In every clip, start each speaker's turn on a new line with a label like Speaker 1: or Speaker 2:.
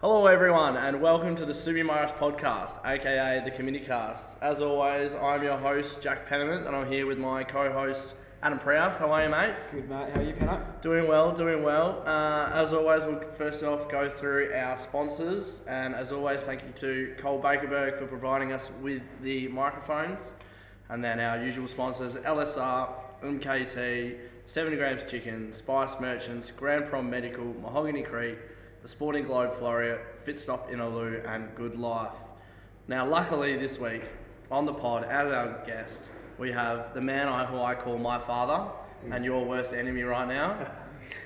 Speaker 1: Hello, everyone, and welcome to the Subi Morris podcast, aka the Community Cast. As always, I'm your host, Jack Penniman, and I'm here with my co host, Adam Prowse. How are you, mate?
Speaker 2: Good mate, how are you, Penno?
Speaker 1: Doing well, doing well. Uh, as always, we'll first off go through our sponsors, and as always, thank you to Cole Bakerberg for providing us with the microphones, and then our usual sponsors LSR, MKT, 70 Grams Chicken, Spice Merchants, Grand Prom Medical, Mahogany Creek, The Sporting Globe Floria, Fitstop Inaloo, and Good Life. Now, luckily this week on the pod, as our guest, we have the man I, who I call my father and your worst enemy right now,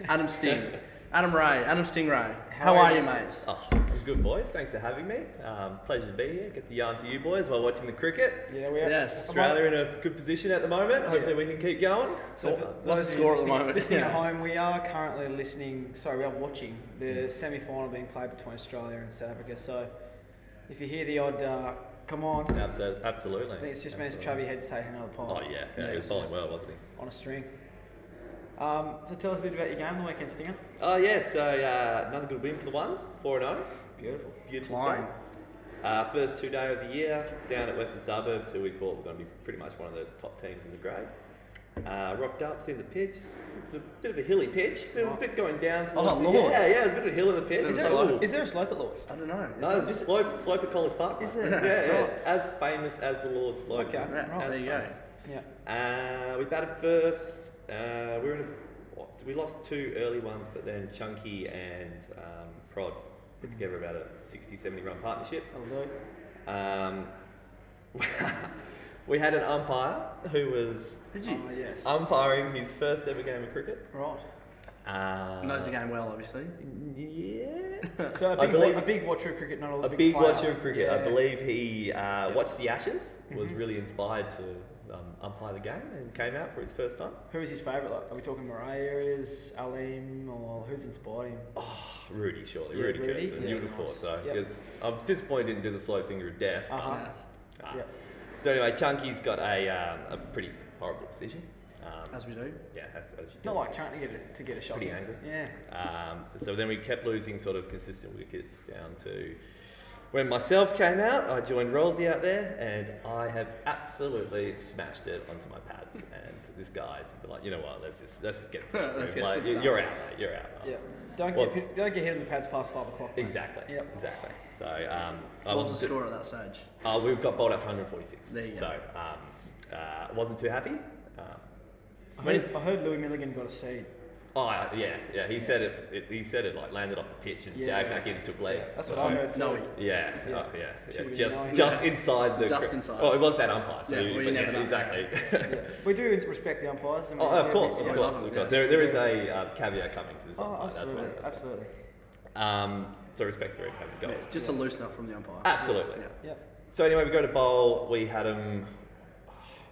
Speaker 1: Adam Sting. Adam Ray, Adam Stingray. How,
Speaker 2: How
Speaker 1: are
Speaker 2: are
Speaker 1: you,
Speaker 2: you?
Speaker 1: mate?
Speaker 3: Oh, good boys. Thanks for having me. Um, pleasure to be here. Get to yarn to you boys while watching the cricket.
Speaker 2: Yeah, we are.
Speaker 1: Yes.
Speaker 3: Australia in a good position at the moment. Hopefully we can keep going.
Speaker 2: So,
Speaker 1: What's
Speaker 2: for
Speaker 1: the
Speaker 2: those of you
Speaker 1: score at the
Speaker 2: listening-
Speaker 1: moment?
Speaker 2: Listening
Speaker 1: Yeah.
Speaker 2: at home, we are currently listening. Sorry, we are watching
Speaker 3: Hmm.
Speaker 2: the semi-final being played between Australia and South Africa. So, if you hear the odd, uh, come on, I
Speaker 3: Abso- absolutely.
Speaker 2: think it's just means Chubby Head's taking another pie.
Speaker 3: Oh yeah, yeah, he was bowling well, wasn't he?
Speaker 2: on a string. Um, so tell us a bit about your game the weekend, Stinger.
Speaker 3: Oh yeah, so uh, another good win for the ones, four and zero.
Speaker 2: Beautiful.
Speaker 3: Beautiful
Speaker 1: Flying.
Speaker 3: start. Uh, first two day of the year down at Western Suburbs, who we thought were going to be pretty much one of the top teams in the grade. Uh, rocked up, seen the pitch. It's, it's a bit of a hilly pitch, bit, a bit going down. Towards the-
Speaker 1: Lords.
Speaker 3: Yeah, yeah, it's a bit of a hill in the pitch.
Speaker 1: Is
Speaker 2: Is
Speaker 1: there-
Speaker 2: there,
Speaker 1: slow.
Speaker 3: Ooh.
Speaker 2: is there a slope at Lords?
Speaker 1: I don't know.
Speaker 3: No, it's a slope, slope at College Park.
Speaker 2: Is it?
Speaker 3: Yeah, yeah,
Speaker 2: Right.
Speaker 3: it's as famous as the Lord's Slope.
Speaker 2: Okay,
Speaker 3: As
Speaker 1: right, there you go.
Speaker 3: famous.
Speaker 2: Yeah.
Speaker 3: Uh, we batted first. Uh, we were in a, what, we lost two early ones, but then Chunky and um, Prod put together about a 60, 70 run partnership.
Speaker 2: That'll do.
Speaker 3: Um, we had an umpire who was
Speaker 1: Did you?
Speaker 2: Oh, yes.
Speaker 3: Um, umpiring his first ever game of cricket.
Speaker 2: right.
Speaker 3: Uh,
Speaker 1: Knows the game well, obviously.
Speaker 3: Yeah.
Speaker 2: So a
Speaker 3: I
Speaker 2: big,
Speaker 3: believe-
Speaker 2: wa- a big watcher of cricket, not a,
Speaker 3: a
Speaker 2: big,
Speaker 3: big
Speaker 2: player.
Speaker 3: watcher of cricket. I
Speaker 2: Yeah. Mm-hmm.
Speaker 3: believe he uh, watched the Ashes, was really inspired to um, umpire the game, and came out for his first time.
Speaker 2: Who is his favourite? Like, are we talking Murray areas, Alim, or who's inspired him?
Speaker 3: Oh, Rudy, surely
Speaker 2: Yeah,
Speaker 3: Rudy,
Speaker 2: Rudy,
Speaker 3: Kurtz, and
Speaker 2: yeah,
Speaker 3: you would have thought
Speaker 2: nice.
Speaker 3: so
Speaker 2: Yep.
Speaker 3: because I'm disappointed he didn't do the slow finger of death. but,
Speaker 2: Uh-huh.
Speaker 3: ah.
Speaker 2: Yep.
Speaker 3: So anyway, Chunky's got a, um, a pretty horrible decision. Um,
Speaker 1: As we do.
Speaker 3: yeah, as, as you do.
Speaker 2: Not like trying to get a, to get a shot.
Speaker 3: Pretty
Speaker 2: in.
Speaker 3: angry.
Speaker 2: Yeah.
Speaker 3: Um, so then we kept losing sort of consistent wickets down to when myself came out, I joined Rolsey out there, and I have absolutely smashed it onto my pads. And this guy's been like, you know what? Let's just let's just get it.
Speaker 1: Let's
Speaker 3: sorted.
Speaker 1: get
Speaker 3: like,
Speaker 1: this
Speaker 3: you- you're out, mate. You're out.
Speaker 2: Yeah.
Speaker 3: Lars."
Speaker 2: Don't
Speaker 3: Was-
Speaker 2: get hit, don't get hit on the pads past five o'clock. mate.
Speaker 3: exactly.
Speaker 2: Yep.
Speaker 3: Exactly. So um, I
Speaker 1: What was
Speaker 3: wasn't
Speaker 1: the
Speaker 3: too-
Speaker 1: score at that stage?
Speaker 3: uh, we've got bowled out for 146.
Speaker 1: There you go.
Speaker 3: So um, uh, wasn't too happy. Um,
Speaker 2: I
Speaker 3: I mean,
Speaker 2: heard,
Speaker 3: it's,
Speaker 2: I heard Louis Milligan got a seed.
Speaker 3: oh yeah, yeah. He said it, it. He said it like landed off the pitch and
Speaker 2: Yeah.
Speaker 3: dagged back in and took leg.
Speaker 2: That's
Speaker 3: So-
Speaker 2: what I heard. Too.
Speaker 1: No, he-
Speaker 3: Yeah,
Speaker 2: Yeah.
Speaker 3: oh, yeah, yeah.
Speaker 2: Should've been
Speaker 3: just
Speaker 2: nine.
Speaker 3: just inside the.
Speaker 1: Just
Speaker 3: cri-
Speaker 1: inside.
Speaker 3: Oh, it was that umpire. So
Speaker 1: Yeah,
Speaker 3: you,
Speaker 1: well, you
Speaker 3: but
Speaker 1: never know.
Speaker 3: exactly.
Speaker 2: We do respect the umpires. And we
Speaker 3: oh, of
Speaker 2: yeah,
Speaker 3: course,
Speaker 2: we-
Speaker 3: of
Speaker 2: yeah.
Speaker 3: course,
Speaker 1: love
Speaker 3: of
Speaker 1: it,
Speaker 3: course.
Speaker 1: yes.
Speaker 3: There, there is a uh, caveat coming to this
Speaker 2: Oh,
Speaker 3: umpire. That's
Speaker 2: absolutely,
Speaker 3: what- that's what-
Speaker 2: absolutely.
Speaker 3: Um, so respect for him having a go. Ah.
Speaker 1: Yeah, just a loose enough from the umpire.
Speaker 3: Absolutely.
Speaker 1: Yeah.
Speaker 2: Yep.
Speaker 3: So anyway, we go to bowl. We had him.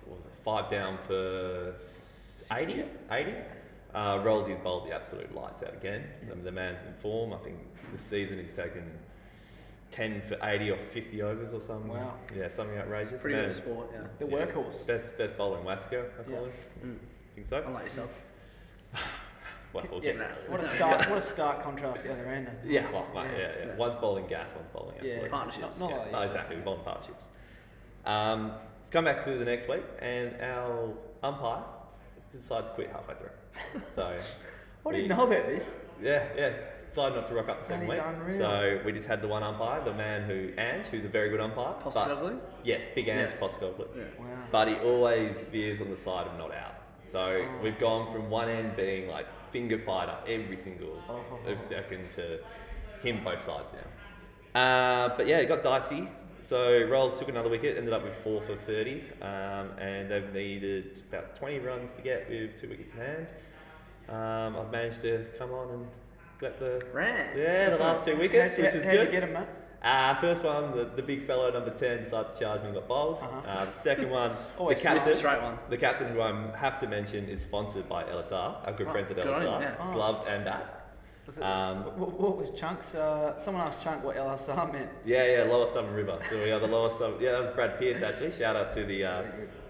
Speaker 3: What was it? Five down for s- 80? 80? Uh, Rolsey's bowled the absolute lights out again. I mean, the man's in form. I think this season he's taken ten for eighty or fifty overs or something.
Speaker 2: Wow.
Speaker 3: Yeah, something outrageous.
Speaker 1: Pretty good
Speaker 3: Man's
Speaker 1: sport, yeah.
Speaker 2: The
Speaker 3: yeah,
Speaker 2: workhorse.
Speaker 3: Best best bowler in Wasco, I call
Speaker 2: Yeah.
Speaker 3: him. Think so?
Speaker 1: I like yourself.
Speaker 3: Well, we'll
Speaker 2: Yeah.
Speaker 3: get to that.
Speaker 2: What a stark, what a stark contrast the other end.
Speaker 3: Yeah, well, mate,
Speaker 2: Yeah.
Speaker 3: yeah, yeah, One's bowling gas, one's bowling absolute.
Speaker 2: Yeah.
Speaker 1: Partnerships.
Speaker 2: Not, not
Speaker 3: Yeah,
Speaker 2: like
Speaker 3: no,
Speaker 2: these.
Speaker 3: exactly. We've gone partnerships. Um, let's come back to the next week, and our umpire decided to quit halfway through. So,
Speaker 2: What do you
Speaker 3: we-
Speaker 2: know about this?
Speaker 3: Yeah, yeah. Decided not to rock up the
Speaker 2: That is
Speaker 3: second week.
Speaker 2: unreal.
Speaker 3: So we just had the one umpire, the man who Ange, who's a very good umpire. but-
Speaker 1: Postacoglu?
Speaker 3: Yes, big Ange
Speaker 1: Yeah.
Speaker 3: Postacoglu.
Speaker 1: Yeah.
Speaker 2: Wow.
Speaker 3: But he always veers on the side of not out. So
Speaker 2: Oh.
Speaker 3: we've gone from one end being like finger fight up every single
Speaker 2: Oh.
Speaker 3: sort of second to him both sides now. Uh, but yeah, it got dicey. So Rolls took another wicket, ended up with four for 30, um, and they've needed about 20 runs to get with two wickets in hand. Um, I've managed to come on and get the
Speaker 1: Right.
Speaker 3: yeah the last two wickets,
Speaker 2: How'd you-
Speaker 3: which is
Speaker 2: how'd you
Speaker 3: good.
Speaker 2: get him, mate?
Speaker 3: Uh, first one, the, the big fellow, number 10, decided to charge me and got bowled. uh
Speaker 2: Uh-huh.
Speaker 3: the second one, the
Speaker 2: Always
Speaker 3: captain,
Speaker 1: smart. Straight one.
Speaker 3: the captain who I have to mention is sponsored by LSR, our good
Speaker 1: Oh,
Speaker 3: friends at
Speaker 1: good on
Speaker 3: LSR,
Speaker 1: him, yeah.
Speaker 2: Oh.
Speaker 3: gloves and bat.
Speaker 2: Was it,
Speaker 3: Um,
Speaker 2: wh- wh- what was Chunk's? Uh, someone asked Chunk what LSR meant.
Speaker 3: Yeah, yeah, Lower Southern River. So we are the Lower Southern. Yeah, that was Brad Pierce actually. Shout out to the uh,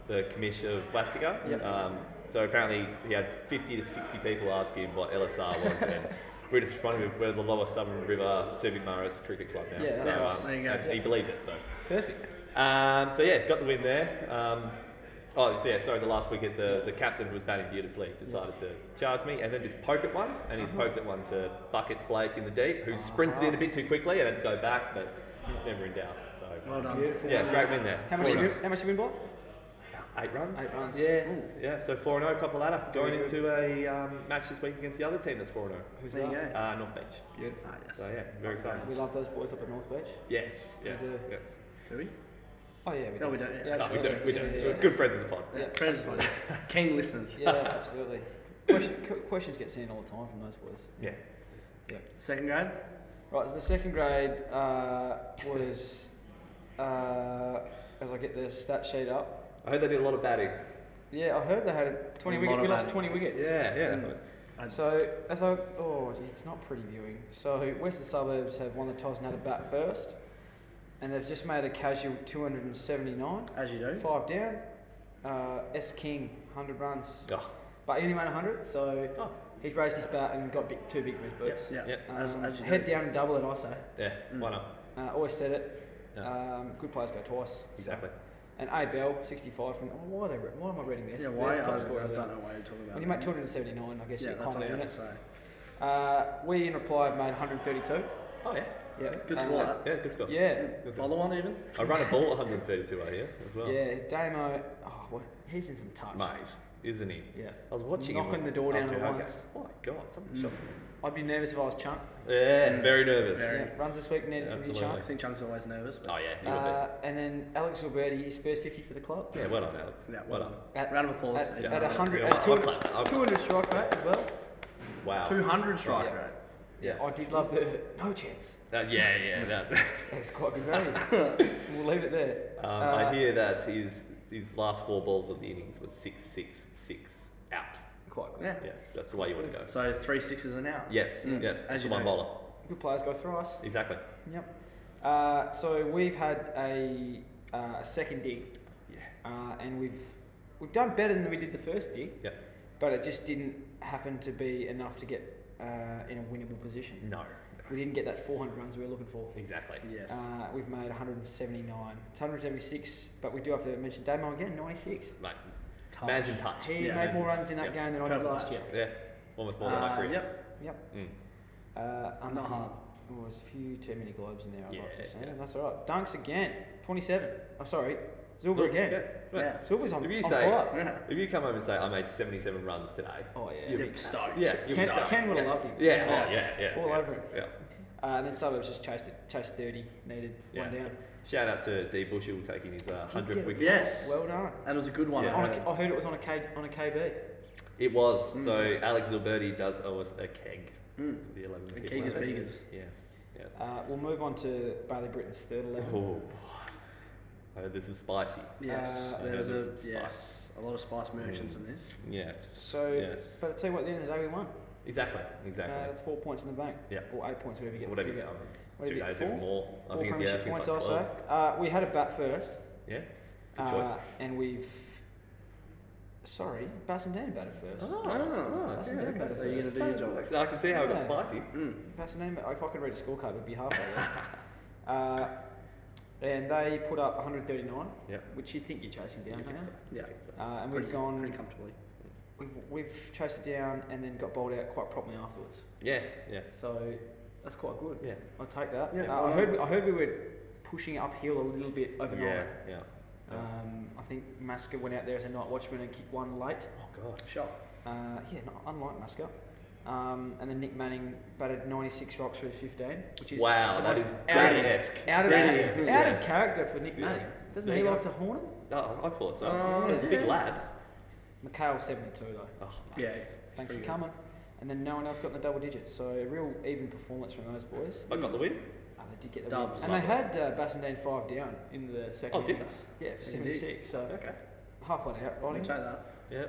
Speaker 3: the commish of Wastigo.
Speaker 2: Yep.
Speaker 3: Um, so apparently he had 50 to 60 people ask him what LSR was, and We're just trying to we're the lower Southern River Serbian Maris Cricket Club now.
Speaker 2: Yeah, that's
Speaker 3: so,
Speaker 2: right.
Speaker 3: um,
Speaker 1: There you go.
Speaker 3: and He believes it. So,
Speaker 2: Perfect.
Speaker 3: um, so yeah, got the win there. Um, oh yeah, sorry. The last wicket, the, the captain who was batting beautifully decided to charge me and then just poke at one, and
Speaker 2: Mm-hmm.
Speaker 3: he's poked at one to buckets Blake in the deep, who sprinted in a bit too quickly and had to go back, but never in doubt. So
Speaker 1: Well done.
Speaker 2: Beautiful.
Speaker 3: yeah, great win there.
Speaker 2: How much,
Speaker 3: Four
Speaker 2: you,
Speaker 3: runs.
Speaker 2: how much you win by?
Speaker 3: Eight runs.
Speaker 2: Eight runs.
Speaker 3: Yeah, yeah. So four and zero, top of the ladder, going
Speaker 2: Very good.
Speaker 3: into a um, match this week against the other team that's four and zero,
Speaker 2: Who's
Speaker 1: There you
Speaker 2: that?
Speaker 1: go.
Speaker 3: uh, North Beach.
Speaker 2: Ah, Beautiful.
Speaker 1: Ah, yes.
Speaker 3: So yeah, very exciting.
Speaker 2: We love those boys up at North Beach.
Speaker 3: Yes, yes,
Speaker 2: do.
Speaker 3: yes.
Speaker 1: Do we?
Speaker 2: Oh yeah, we do.
Speaker 1: No, we don't, yeah.
Speaker 3: No, we
Speaker 2: absolutely.
Speaker 3: do, we do.
Speaker 2: Yeah, yeah,
Speaker 3: So we're
Speaker 2: yeah.
Speaker 3: good friends of the pod.
Speaker 2: Yeah.
Speaker 1: Uh, Friends, keen listeners.
Speaker 2: Yeah, absolutely. Question, qu- questions get sent in all the time from those boys.
Speaker 3: Yeah.
Speaker 2: Yeah.
Speaker 1: Second grade.
Speaker 2: Right, so the second grade uh, was, uh, as I get the stat sheet up.
Speaker 3: I heard they did a lot of batting.
Speaker 2: Yeah, I heard they had 20
Speaker 1: A
Speaker 2: wickets.
Speaker 1: lot
Speaker 2: We
Speaker 1: of
Speaker 2: lost
Speaker 1: batting.
Speaker 2: 20 wickets.
Speaker 3: Yeah, yeah.
Speaker 2: So as I oh it's not pretty viewing. So Western Suburbs have won the toss and had a bat first, and they've just made a casual 279,
Speaker 1: As you do.
Speaker 2: five down. Uh, S King 100 runs,
Speaker 3: Oh,
Speaker 2: but he only made 100, so
Speaker 3: oh.
Speaker 2: he's raised his bat and got big, too big for his boots.
Speaker 1: Yeah.
Speaker 3: Yeah.
Speaker 1: As,
Speaker 2: Um,
Speaker 1: as you
Speaker 2: head
Speaker 1: do.
Speaker 2: down and double it, I say.
Speaker 3: Yeah, why not?
Speaker 2: Uh, always said it.
Speaker 3: Yeah.
Speaker 2: Um, good players go twice. so.
Speaker 3: Exactly.
Speaker 2: And A Bell 65 from. Oh, why are they? re- Why am I reading this?
Speaker 1: Yeah, why?
Speaker 2: There's top
Speaker 1: I, was, I
Speaker 2: scorer
Speaker 1: don't
Speaker 2: there.
Speaker 1: know why you're talking about
Speaker 2: When you
Speaker 1: that.
Speaker 2: make 279, I guess
Speaker 1: Yeah,
Speaker 2: you
Speaker 1: that's
Speaker 2: can't
Speaker 1: what I
Speaker 2: win
Speaker 1: have to
Speaker 2: it.
Speaker 1: say.
Speaker 2: Uh, we in reply have made 132.
Speaker 3: Oh, yeah.
Speaker 2: Yeah.
Speaker 1: Good
Speaker 2: Uh,
Speaker 1: score. that.
Speaker 3: Yeah, good score.
Speaker 2: Yeah.
Speaker 3: Good score.
Speaker 1: Follow on even.
Speaker 3: I run a ball at 132 out here as well.
Speaker 2: Yeah. Damo. Oh, what, he's in some touch.
Speaker 3: Mate, isn't he?
Speaker 2: Yeah.
Speaker 3: I was watching him.
Speaker 2: Knocking the door down
Speaker 3: after-
Speaker 2: at
Speaker 3: okay.
Speaker 2: once.
Speaker 3: Oh, my God. Something shot me.
Speaker 2: I'd be nervous if I was Chunk.
Speaker 3: Yeah, very nervous.
Speaker 1: Very.
Speaker 2: Yeah, runs this week needed from you,
Speaker 3: Absolutely.
Speaker 1: I
Speaker 2: Chunk.
Speaker 1: think Chunk's always nervous. but-
Speaker 3: Oh, yeah, you would
Speaker 2: Uh, and then Alex Alberti, his first 50 for the club.
Speaker 3: be. Yeah, well done, Alex.
Speaker 1: Yeah,
Speaker 3: well
Speaker 1: well
Speaker 3: done.
Speaker 2: At-
Speaker 1: Round of applause.
Speaker 2: At,
Speaker 3: Yeah.
Speaker 2: at 100,
Speaker 3: Yeah,
Speaker 2: at
Speaker 3: I'll
Speaker 2: 200,
Speaker 3: clap that, I'll clap.
Speaker 2: 200 strike rate as well.
Speaker 3: Wow.
Speaker 1: 200 strike
Speaker 2: Yeah.
Speaker 1: rate.
Speaker 3: Yes.
Speaker 2: I did love the no chance.
Speaker 3: Uh, yeah, yeah, that's.
Speaker 2: That's quite good value. we'll leave it there. Uh,
Speaker 3: Um, I hear that his his last four balls of the innings was six, six, six out.
Speaker 2: Quite good.
Speaker 1: Yeah.
Speaker 3: Yes, that's the way you want to go.
Speaker 1: So three sixes and out.
Speaker 3: Yes,
Speaker 1: Mm.
Speaker 3: yeah,
Speaker 1: As you
Speaker 3: one
Speaker 1: know.
Speaker 3: bowler.
Speaker 2: Good players go thrice.
Speaker 3: Exactly.
Speaker 2: Yep. Uh, so we've had a, uh, a second dig,
Speaker 3: Yeah.
Speaker 2: uh, and we've we've done better than we did the first dig,
Speaker 3: Yeah.
Speaker 2: but it just didn't happen to be enough to get uh, in a winnable position.
Speaker 3: No.
Speaker 2: We didn't get that 400 runs we were looking for.
Speaker 3: Exactly.
Speaker 1: Yes.
Speaker 2: Uh, we've made 179. It's 176, but we do have to mention Damo again, 96.
Speaker 3: Mate,
Speaker 1: Touch.
Speaker 3: man's in touch.
Speaker 2: He
Speaker 1: Yeah,
Speaker 2: made more
Speaker 3: man's
Speaker 2: runs in that
Speaker 3: yeah.
Speaker 2: game than I did
Speaker 1: Perfect
Speaker 2: last
Speaker 1: match.
Speaker 2: year.
Speaker 3: Yeah. Almost more than my
Speaker 1: Uh,
Speaker 3: career.
Speaker 1: yep.
Speaker 2: Yep.
Speaker 3: Mm.
Speaker 2: Uh, I'm
Speaker 1: Not hard.
Speaker 2: Oh, there's a few too many globes in there. I'm
Speaker 3: Yeah,
Speaker 2: not saying.
Speaker 3: yeah.
Speaker 2: That's all right. Dunks again. 27. Oh, sorry.
Speaker 3: Look,
Speaker 2: Zilber again.
Speaker 3: yeah, look.
Speaker 1: Yeah.
Speaker 2: Silver's on,
Speaker 3: If you
Speaker 2: on
Speaker 3: say,
Speaker 2: fire.
Speaker 1: Yeah.
Speaker 3: if you come home and say I made seventy-seven runs today,
Speaker 2: Oh, yeah.
Speaker 3: you'll
Speaker 1: You're
Speaker 3: be
Speaker 1: stoked.
Speaker 3: Yeah, you'll be
Speaker 2: Ken,
Speaker 3: stoked.
Speaker 2: Ken would have loved him.
Speaker 3: Yeah, oh, yeah, yeah.
Speaker 2: All
Speaker 3: yeah,
Speaker 2: over it.
Speaker 3: Yeah.
Speaker 2: Uh, and then Suburbs just chased it. Chased 30. Needed
Speaker 3: Yeah.
Speaker 2: one down.
Speaker 3: Shout out to D Bushill taking his uh,
Speaker 2: get
Speaker 3: hundredth
Speaker 2: it.
Speaker 3: wicket.
Speaker 1: Yes.
Speaker 2: Well done.
Speaker 1: that was a good one.
Speaker 3: Yes.
Speaker 2: On a, I heard it was on a, K, on a KB.
Speaker 3: It was.
Speaker 2: Mm.
Speaker 3: So Alex Zilberti does owe us a keg
Speaker 1: Hmm.
Speaker 3: for the 11
Speaker 1: And
Speaker 3: people.
Speaker 1: Keegers Beegers.
Speaker 3: Yes, yes.
Speaker 2: Uh, we'll move on to Bailey Britton's third 11.
Speaker 3: oh, oh, this is spicy.
Speaker 1: Yes.
Speaker 2: Uh,
Speaker 1: there was
Speaker 3: there's
Speaker 1: a
Speaker 3: some
Speaker 1: yes, a lot of spice merchants in this.
Speaker 3: Yes.
Speaker 2: So,
Speaker 3: yes.
Speaker 2: but I tell you what, at the end of the day, we won.
Speaker 3: Exactly,
Speaker 2: Uh,
Speaker 3: exactly.
Speaker 2: that's four points in the bank.
Speaker 3: Yeah.
Speaker 2: Or eight points, whatever you get.
Speaker 3: Whatever you
Speaker 2: You
Speaker 3: get, um,
Speaker 2: What
Speaker 3: two
Speaker 2: did he
Speaker 3: days,
Speaker 2: get?
Speaker 3: even
Speaker 2: Four?
Speaker 3: more. I
Speaker 2: Four
Speaker 3: think it's, yeah, I
Speaker 2: premiership
Speaker 3: think it's
Speaker 2: points,
Speaker 3: like
Speaker 2: also.
Speaker 3: 12.
Speaker 2: Uh, we had a bat first.
Speaker 3: Yeah, good choice.
Speaker 2: Uh, and we've. Sorry, Bassendan batted first.
Speaker 1: Oh,
Speaker 2: that's
Speaker 1: yeah,
Speaker 2: good,
Speaker 1: okay,
Speaker 2: that's
Speaker 1: so you're gonna do your job. Hmm.
Speaker 3: I can see how it got
Speaker 2: Yeah.
Speaker 3: spicy.
Speaker 2: Bassendan, if I could read a scorecard, it would be halfway there. uh, and they put up 139,
Speaker 3: Yeah.
Speaker 2: which you'd think you're chasing down.
Speaker 3: You think
Speaker 2: don't
Speaker 3: so?
Speaker 2: you?
Speaker 3: You
Speaker 1: Yeah.
Speaker 3: think so?
Speaker 2: Uh, and
Speaker 1: Pretty,
Speaker 2: we've gone,
Speaker 1: pretty comfortably.
Speaker 2: we've, we've chased it down and then got bowled out quite promptly afterwards.
Speaker 3: Yeah, yeah,
Speaker 2: So that's quite good.
Speaker 3: yeah.
Speaker 2: I'll take that.
Speaker 1: Yeah,
Speaker 2: uh, I
Speaker 1: well
Speaker 2: heard I heard we were pushing it uphill a little bit overnight.
Speaker 3: Yeah, yeah.
Speaker 2: Um, I think Masker went out there as a night watchman and kicked one late.
Speaker 3: Oh, God.
Speaker 1: Shot.
Speaker 2: Uh, yeah, not unlike Masker. Um, and then Nick Manning batted 96 rocks for 15, which is
Speaker 3: Wow,
Speaker 2: the
Speaker 3: that
Speaker 2: most
Speaker 3: is
Speaker 2: out of,
Speaker 3: Danny-esque.
Speaker 2: out, of,
Speaker 1: Danny-esque,
Speaker 2: out of
Speaker 3: yes.
Speaker 2: character for Nick
Speaker 3: Yeah.
Speaker 2: Manning. Doesn't
Speaker 3: There
Speaker 2: he
Speaker 3: you go.
Speaker 2: like to horn him?
Speaker 3: Oh, I thought so.
Speaker 1: Oh,
Speaker 3: He's a big
Speaker 1: yeah.
Speaker 3: lad.
Speaker 2: McHale 72 though.
Speaker 3: Oh, mate.
Speaker 1: Yeah.
Speaker 2: Thanks for
Speaker 1: Pretty good.
Speaker 2: coming. And then no one else got in the double digits, so a real even performance from those boys.
Speaker 3: I got the win.
Speaker 2: Oh, they did get the
Speaker 1: Dubs.
Speaker 2: win. And they had uh, Bassendean five down in the second
Speaker 3: Oh, did
Speaker 2: innings. Yeah, for
Speaker 1: Second innings.
Speaker 2: 76. So
Speaker 3: Okay.
Speaker 2: half one out,
Speaker 1: I'll
Speaker 2: Ronnie.
Speaker 1: take that.
Speaker 3: Yeah.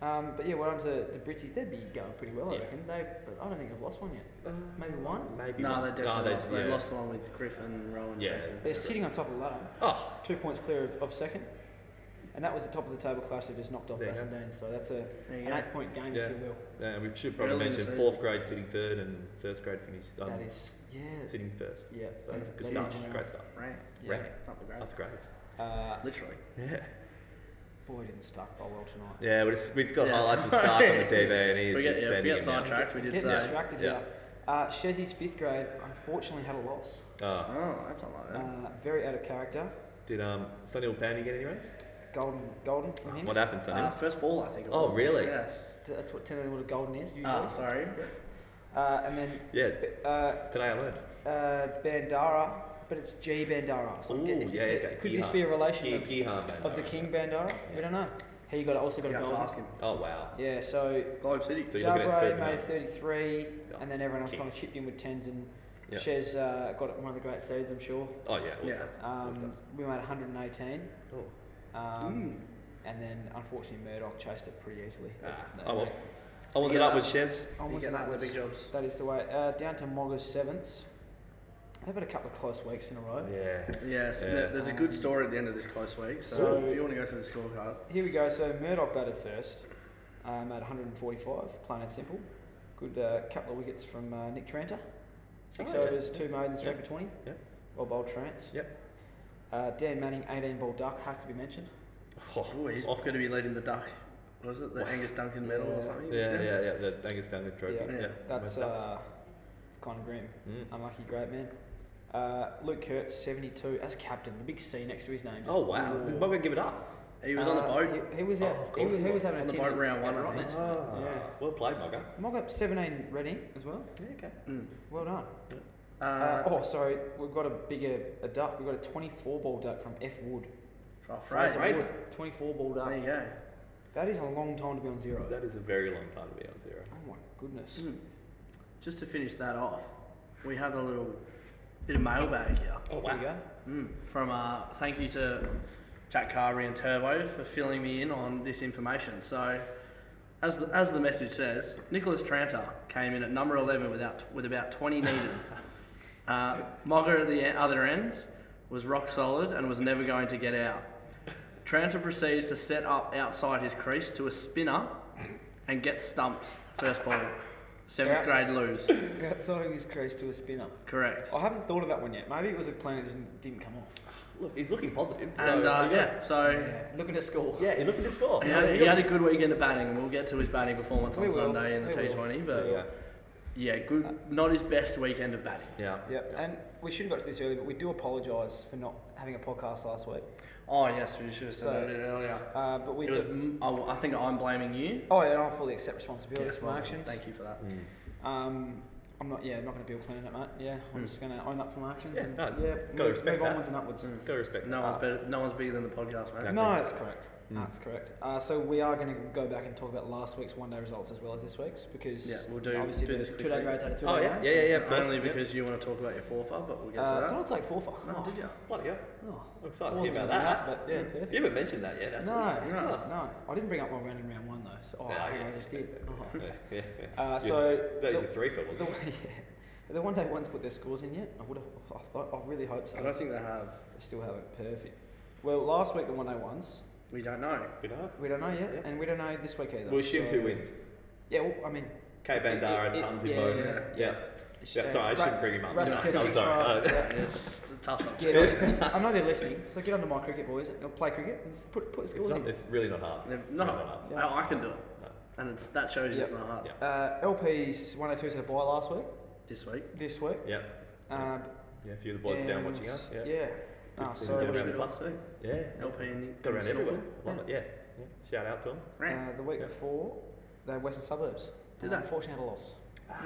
Speaker 2: Um, but yeah, we're on to the Brits. They'd be going pretty well, I
Speaker 3: Yeah.
Speaker 2: reckon. They, but I don't think they've lost one yet. Maybe one.
Speaker 3: Maybe.
Speaker 1: No,
Speaker 3: one.
Speaker 1: they definitely lost. They
Speaker 3: yeah.
Speaker 1: lost the one with Griffin, Rowan,
Speaker 3: Yeah.
Speaker 1: Jason.
Speaker 2: They're sitting on top of the ladder,
Speaker 3: Oh,
Speaker 2: two points clear of, of second. And that was the top of the table clash that just knocked off
Speaker 3: There you go.
Speaker 2: Bassendean. So that's a,
Speaker 1: There you
Speaker 2: an
Speaker 1: go.
Speaker 2: eight point game,
Speaker 3: Yeah.
Speaker 2: if you will.
Speaker 3: Yeah, we should probably
Speaker 1: Early in the
Speaker 3: mention
Speaker 1: season.
Speaker 3: fourth grade sitting third and first grade finish. Um,
Speaker 2: that is, yeah.
Speaker 3: sitting first.
Speaker 2: Yeah,
Speaker 3: So
Speaker 2: that's-
Speaker 3: good
Speaker 2: that
Speaker 3: start.
Speaker 2: is rare.
Speaker 3: Great start.
Speaker 1: Right.
Speaker 2: Yeah.
Speaker 3: Rare.
Speaker 1: Up the
Speaker 3: Up the
Speaker 1: grades.
Speaker 3: grades.
Speaker 2: Uh,
Speaker 1: Literally.
Speaker 3: Yeah.
Speaker 2: boy, didn't start bowl well tonight.
Speaker 3: Yeah, we just, we just got
Speaker 1: Yeah,
Speaker 3: highlights of
Speaker 1: sorry.
Speaker 3: Stark on the TV and he's
Speaker 1: We get,
Speaker 3: just
Speaker 1: yeah, we
Speaker 3: sending
Speaker 1: get
Speaker 3: it out.
Speaker 1: sidetracked. We did
Speaker 2: Getting
Speaker 1: say.
Speaker 2: distracted
Speaker 3: Yeah.
Speaker 2: here. Uh, Shezzy's fifth grade unfortunately had a loss.
Speaker 3: Oh,
Speaker 1: Oh, that's not like that.
Speaker 3: Um,
Speaker 2: Uh, very out of character.
Speaker 3: did um, Sonny Pandy get any runs?
Speaker 2: Golden, golden from him.
Speaker 3: What happened, Sonny?
Speaker 1: Uh, first ball, I think. It
Speaker 3: Oh,
Speaker 1: was.
Speaker 3: really?
Speaker 1: Yes.
Speaker 2: That's what technically what a golden is usually.
Speaker 1: Ah, sorry.
Speaker 2: Uh, and then
Speaker 3: yeah,
Speaker 2: uh, uh,
Speaker 3: today I learned.
Speaker 2: Bandara, but it's G Bandara. So I'm getting-
Speaker 3: Ooh,
Speaker 2: is
Speaker 3: yeah,
Speaker 2: this-
Speaker 3: okay.
Speaker 2: Could this
Speaker 3: Gihan.
Speaker 2: be a relation
Speaker 3: Gi-
Speaker 2: of,
Speaker 3: Gihan Bandara.
Speaker 2: of the King Bandara? We don't know. He got also got
Speaker 1: You
Speaker 2: a
Speaker 1: have to
Speaker 2: golden.
Speaker 1: ask him.
Speaker 3: Oh, wow.
Speaker 2: Yeah, so
Speaker 1: Globe City.
Speaker 3: So you're looking at two
Speaker 2: Darbre made
Speaker 3: for nine.
Speaker 2: 33,
Speaker 3: Yeah.
Speaker 2: and then everyone else
Speaker 3: King.
Speaker 2: kind of chipped in with tens, and
Speaker 3: Yeah.
Speaker 2: Shez uh, got one of the great seeds, I'm sure.
Speaker 3: Oh, yeah. All
Speaker 1: Yeah.
Speaker 3: stars. All
Speaker 2: Um,
Speaker 3: stars.
Speaker 2: we made 118,
Speaker 3: Oh.
Speaker 1: Hmm.
Speaker 2: um, and then unfortunately Murdoch chased it pretty easily.
Speaker 3: Ah,
Speaker 2: That-
Speaker 3: oh, well.
Speaker 2: that-
Speaker 3: I was it
Speaker 1: Yeah.
Speaker 3: up with Shez.
Speaker 1: You
Speaker 2: onwards
Speaker 1: get
Speaker 2: and
Speaker 1: that in the
Speaker 2: upwards.
Speaker 1: big jobs.
Speaker 2: That is the way. Uh, down to Moggers sevens. They've had a couple of close weeks in a row.
Speaker 3: Yeah.
Speaker 1: Yes, and
Speaker 3: Yeah.
Speaker 1: there- there's a good story at the end of this close week. So,
Speaker 2: So-
Speaker 1: if you want to go to the scorecard,
Speaker 2: Here we go. So Murdoch batted first um, at 145, plain and simple. Good uh, couple of wickets from uh, Nick Tranter. Six
Speaker 3: Oh, yeah.
Speaker 2: overs, two maidens, three
Speaker 3: Yeah.
Speaker 2: for 20.
Speaker 3: Yeah.
Speaker 2: Well bowled Trance.
Speaker 3: Yep.
Speaker 2: Uh, Dan Manning, 18 ball duck, has to be mentioned.
Speaker 1: oh, he's
Speaker 3: off.
Speaker 1: going to be leading the duck. Was it the
Speaker 3: Wow.
Speaker 1: Angus Duncan medal or
Speaker 2: Yeah.
Speaker 1: something?
Speaker 3: Yeah, yeah, yeah. The Angus Dunlop Trophy.
Speaker 2: Yeah.
Speaker 3: Yeah.
Speaker 1: Yeah.
Speaker 2: That's
Speaker 3: Most ducks.
Speaker 2: uh, it's kind of grim.
Speaker 3: Mm.
Speaker 2: Unlucky, great man. Uh, Luke Kurtz, 72, as captain. The big C next to his name.
Speaker 3: Oh, wow.
Speaker 2: Ooh.
Speaker 3: Did Bogger give it up?
Speaker 1: He was on the
Speaker 2: Uh,
Speaker 1: boat.
Speaker 2: He, he was
Speaker 3: Oh,
Speaker 2: out.
Speaker 3: of
Speaker 2: he, was,
Speaker 3: course
Speaker 2: he
Speaker 3: he
Speaker 2: was
Speaker 3: was.
Speaker 2: having a
Speaker 1: On the
Speaker 2: tin
Speaker 1: boat round one,
Speaker 2: at
Speaker 1: I think.
Speaker 2: Rottnest.
Speaker 3: Ah,
Speaker 2: Yeah.
Speaker 3: Well played, Bogger.
Speaker 2: Mog up 17 Reading as well.
Speaker 3: Yeah, okay.
Speaker 1: Mm.
Speaker 2: Well done.
Speaker 1: Uh,
Speaker 2: Uh, oh, sorry. We've got a bigger a duck. We've got a 24 ball duck from F Wood.
Speaker 1: oh, Fraser.
Speaker 2: Wood. 24 ball duck.
Speaker 1: There you go.
Speaker 2: That is a long time to be on zero.
Speaker 3: That is a very long time to be on zero.
Speaker 2: oh my goodness.
Speaker 1: Mm. Just to finish that off, we have a little bit of mailbag here.
Speaker 3: Oh,
Speaker 2: There you
Speaker 3: wow.
Speaker 2: go.
Speaker 1: Mm. From uh, thank you to Jack Carberry and Turbo for filling me in on this information. So, as the, as the message says, Nicholas Tranter came in at number 11 without, with about 20 needed. uh, Mogger at the other end was rock solid and was never going to get out. Tranter proceeds to set up outside his crease to a spinner and gets stumped first ball. Seventh
Speaker 2: Ouch.
Speaker 1: grade lose.
Speaker 2: Outside of his crease to a spinner.
Speaker 1: Correct.
Speaker 2: I haven't thought of that one yet. Maybe it was a plan that just didn't come off.
Speaker 3: Look, he's looking positive. so-
Speaker 1: And uh, yeah, so
Speaker 2: Looking to score.
Speaker 3: Yeah, you're looking to score.
Speaker 1: He had, he had a good weekend at batting, and we'll get to his batting performance on
Speaker 2: We will.
Speaker 1: Sunday in the
Speaker 2: We will.
Speaker 1: T20.
Speaker 3: yeah.
Speaker 1: But yeah, good, not his best weekend of batting.
Speaker 3: Yeah.
Speaker 2: Yep. And we should have got to this earlier, but we do apologise for not having a podcast last week.
Speaker 1: Oh yes, we should have
Speaker 2: So-
Speaker 1: said it earlier.
Speaker 2: Uh, but we
Speaker 1: It was,
Speaker 2: do-
Speaker 1: m- I I think I'm blaming you.
Speaker 2: Oh, yeah, and I fully accept responsibility
Speaker 1: Yes,
Speaker 2: for my
Speaker 1: well done.
Speaker 2: actions.
Speaker 1: Thank you Hmm. for that.
Speaker 3: Mm. Hmm.
Speaker 2: Um, I'm not. Yeah, I'm not going to be all clean up, mate. Yeah, I'm just going to own up for my actions.
Speaker 3: Yeah,
Speaker 2: and,
Speaker 3: no,
Speaker 2: yeah.
Speaker 3: gotta
Speaker 2: Move,
Speaker 3: respect
Speaker 2: move
Speaker 3: that.
Speaker 2: onwards and upwards.
Speaker 1: Hmm,
Speaker 3: Go respect.
Speaker 1: No one's better. No one's bigger than the podcast, mate.
Speaker 2: No, that's correct.
Speaker 1: Hmm.
Speaker 2: That's correct. Uh, so we are going to go back and talk about last week's one-day results as well as this week's because
Speaker 1: Yeah, we'll do-
Speaker 2: obviously
Speaker 1: do
Speaker 2: there's
Speaker 1: this
Speaker 2: two-day
Speaker 1: quickly.
Speaker 2: grades out of two.
Speaker 3: Oh,
Speaker 2: day
Speaker 3: yeah.
Speaker 2: rounds.
Speaker 3: Yeah, yeah, yeah. Of course.
Speaker 1: Only because you want to talk about your forfar, but we'll get
Speaker 2: Uh,
Speaker 1: to
Speaker 2: don't take four for.
Speaker 1: that. No, did you?
Speaker 3: Bloody hell.
Speaker 2: Oh,
Speaker 3: I'm excited to
Speaker 2: I
Speaker 3: hear
Speaker 2: wasn't
Speaker 3: about
Speaker 2: gonna
Speaker 3: that.
Speaker 2: do that, but yeah, perfect.
Speaker 3: You haven't mentioned that yet,
Speaker 2: No,
Speaker 3: actually.
Speaker 2: no,
Speaker 1: No.
Speaker 2: no. I didn't bring up one round in round one though. So, oh,
Speaker 3: Ah,
Speaker 2: I
Speaker 3: yeah.
Speaker 2: just did. Oh.
Speaker 3: Yeah, yeah, yeah.
Speaker 2: Uh,
Speaker 3: Yeah,
Speaker 2: so
Speaker 3: that was
Speaker 2: the-
Speaker 3: a three for,
Speaker 2: The,
Speaker 3: wasn't
Speaker 2: one-
Speaker 3: it?
Speaker 2: yeah. the one day ones put their scores in yet? I would have. I thought. I really hope so.
Speaker 1: I don't think they have.
Speaker 2: They still haven't. Perfect. Well, last week the one day ones.
Speaker 1: We don't know.
Speaker 3: We don't know.
Speaker 2: We don't know yet,
Speaker 3: Yeah.
Speaker 2: and we don't know this week either.
Speaker 3: We'll assume
Speaker 2: so-
Speaker 3: two wins.
Speaker 2: Yeah, well, I mean.
Speaker 3: K Bandara
Speaker 2: it-
Speaker 3: and Tons
Speaker 2: yeah,
Speaker 3: in both.
Speaker 1: yeah,
Speaker 3: Yeah.
Speaker 2: uh,
Speaker 3: Yeah, sorry, I shouldn't bring him up. No, no, I'm sorry. Uh,
Speaker 1: It's a tough subject.
Speaker 2: Get on, if, I know they're listening, so get onto my cricket boys. I'll play cricket and just put put
Speaker 3: It's,
Speaker 2: scores
Speaker 3: not,
Speaker 2: in.
Speaker 3: it's really not hard.
Speaker 1: No,
Speaker 3: It's
Speaker 1: no,
Speaker 3: really not
Speaker 2: Yeah.
Speaker 1: I can do it,
Speaker 3: hard. No.
Speaker 1: and it's that shows you
Speaker 2: Yeah.
Speaker 1: it's not hard.
Speaker 3: Yeah.
Speaker 2: Uh, LP's 102s had a bye last week.
Speaker 1: This week,
Speaker 2: This week.
Speaker 3: Yeah.
Speaker 2: Um,
Speaker 3: Yeah, a few of the boys are down watching us. Yeah.
Speaker 2: Yeah.
Speaker 3: Good
Speaker 2: Ah,
Speaker 3: to see
Speaker 2: so
Speaker 3: you
Speaker 1: Watched
Speaker 3: around
Speaker 1: it
Speaker 3: the
Speaker 1: last week.
Speaker 3: Yeah.
Speaker 1: LP and
Speaker 3: Go around
Speaker 1: Silver.
Speaker 3: everywhere. Love it. Yeah. yeah. Shout out to them.
Speaker 1: Right.
Speaker 2: Uh, the week
Speaker 3: Yeah.
Speaker 2: before, the Western Suburbs.
Speaker 1: Did
Speaker 2: uh,
Speaker 1: they?
Speaker 2: Unfortunately, had a loss.
Speaker 1: Yeah.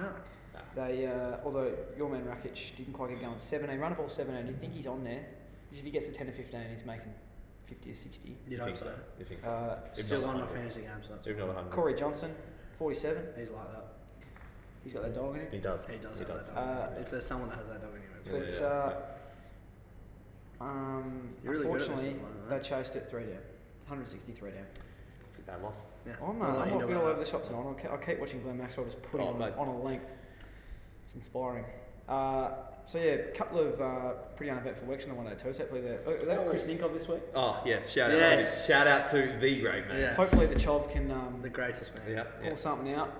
Speaker 2: They, uh, although your man Rakic didn't quite get going. 17, run a ball 17. You think he's on there? If he gets to 10 or 15, he's making 50 or 60.
Speaker 1: You'd
Speaker 3: you
Speaker 1: hope
Speaker 3: think
Speaker 1: so.
Speaker 3: You think so.
Speaker 2: Uh,
Speaker 3: If
Speaker 1: Still
Speaker 3: not
Speaker 1: on my
Speaker 3: 100.
Speaker 1: fantasy game, so that's
Speaker 3: If not 100.
Speaker 2: Corey Johnson, 47.
Speaker 1: He's like that.
Speaker 2: He's got that dog in
Speaker 3: He
Speaker 2: it.
Speaker 3: does.
Speaker 1: He does.
Speaker 3: He
Speaker 1: have
Speaker 3: does.
Speaker 1: that
Speaker 2: Uh,
Speaker 1: dog. if there's someone that has that dog in him, it's
Speaker 3: Yeah,
Speaker 2: But
Speaker 3: yeah,
Speaker 2: uh, um,
Speaker 1: You're really good at this
Speaker 2: unfortunately,
Speaker 1: at the moment,
Speaker 2: they
Speaker 1: eh?
Speaker 2: chased it three down. 163 down.
Speaker 3: It's a bad loss.
Speaker 1: yeah.
Speaker 2: I'm, uh,
Speaker 1: I'll let
Speaker 2: I'm
Speaker 1: you know Oh,
Speaker 2: off a bit
Speaker 1: about
Speaker 2: all
Speaker 1: that.
Speaker 2: over the shop tonight. I'll, ke- I'll keep watching Glenn Maxwell just put it
Speaker 3: Oh,
Speaker 2: on,
Speaker 3: mate.
Speaker 2: on a length. It's inspiring. Uh, so yeah, a couple of uh, pretty uneventful weeks on the one day toast. Hopefully, they're, oh, they got Chris Ninkov this week.
Speaker 3: Oh yes, shout out,
Speaker 1: Yes.
Speaker 3: to, shout out to the great man.
Speaker 1: Yes.
Speaker 2: Hopefully, the child can um,
Speaker 1: The greatest man.
Speaker 3: Yeah,
Speaker 2: pull
Speaker 3: yeah.
Speaker 2: something out.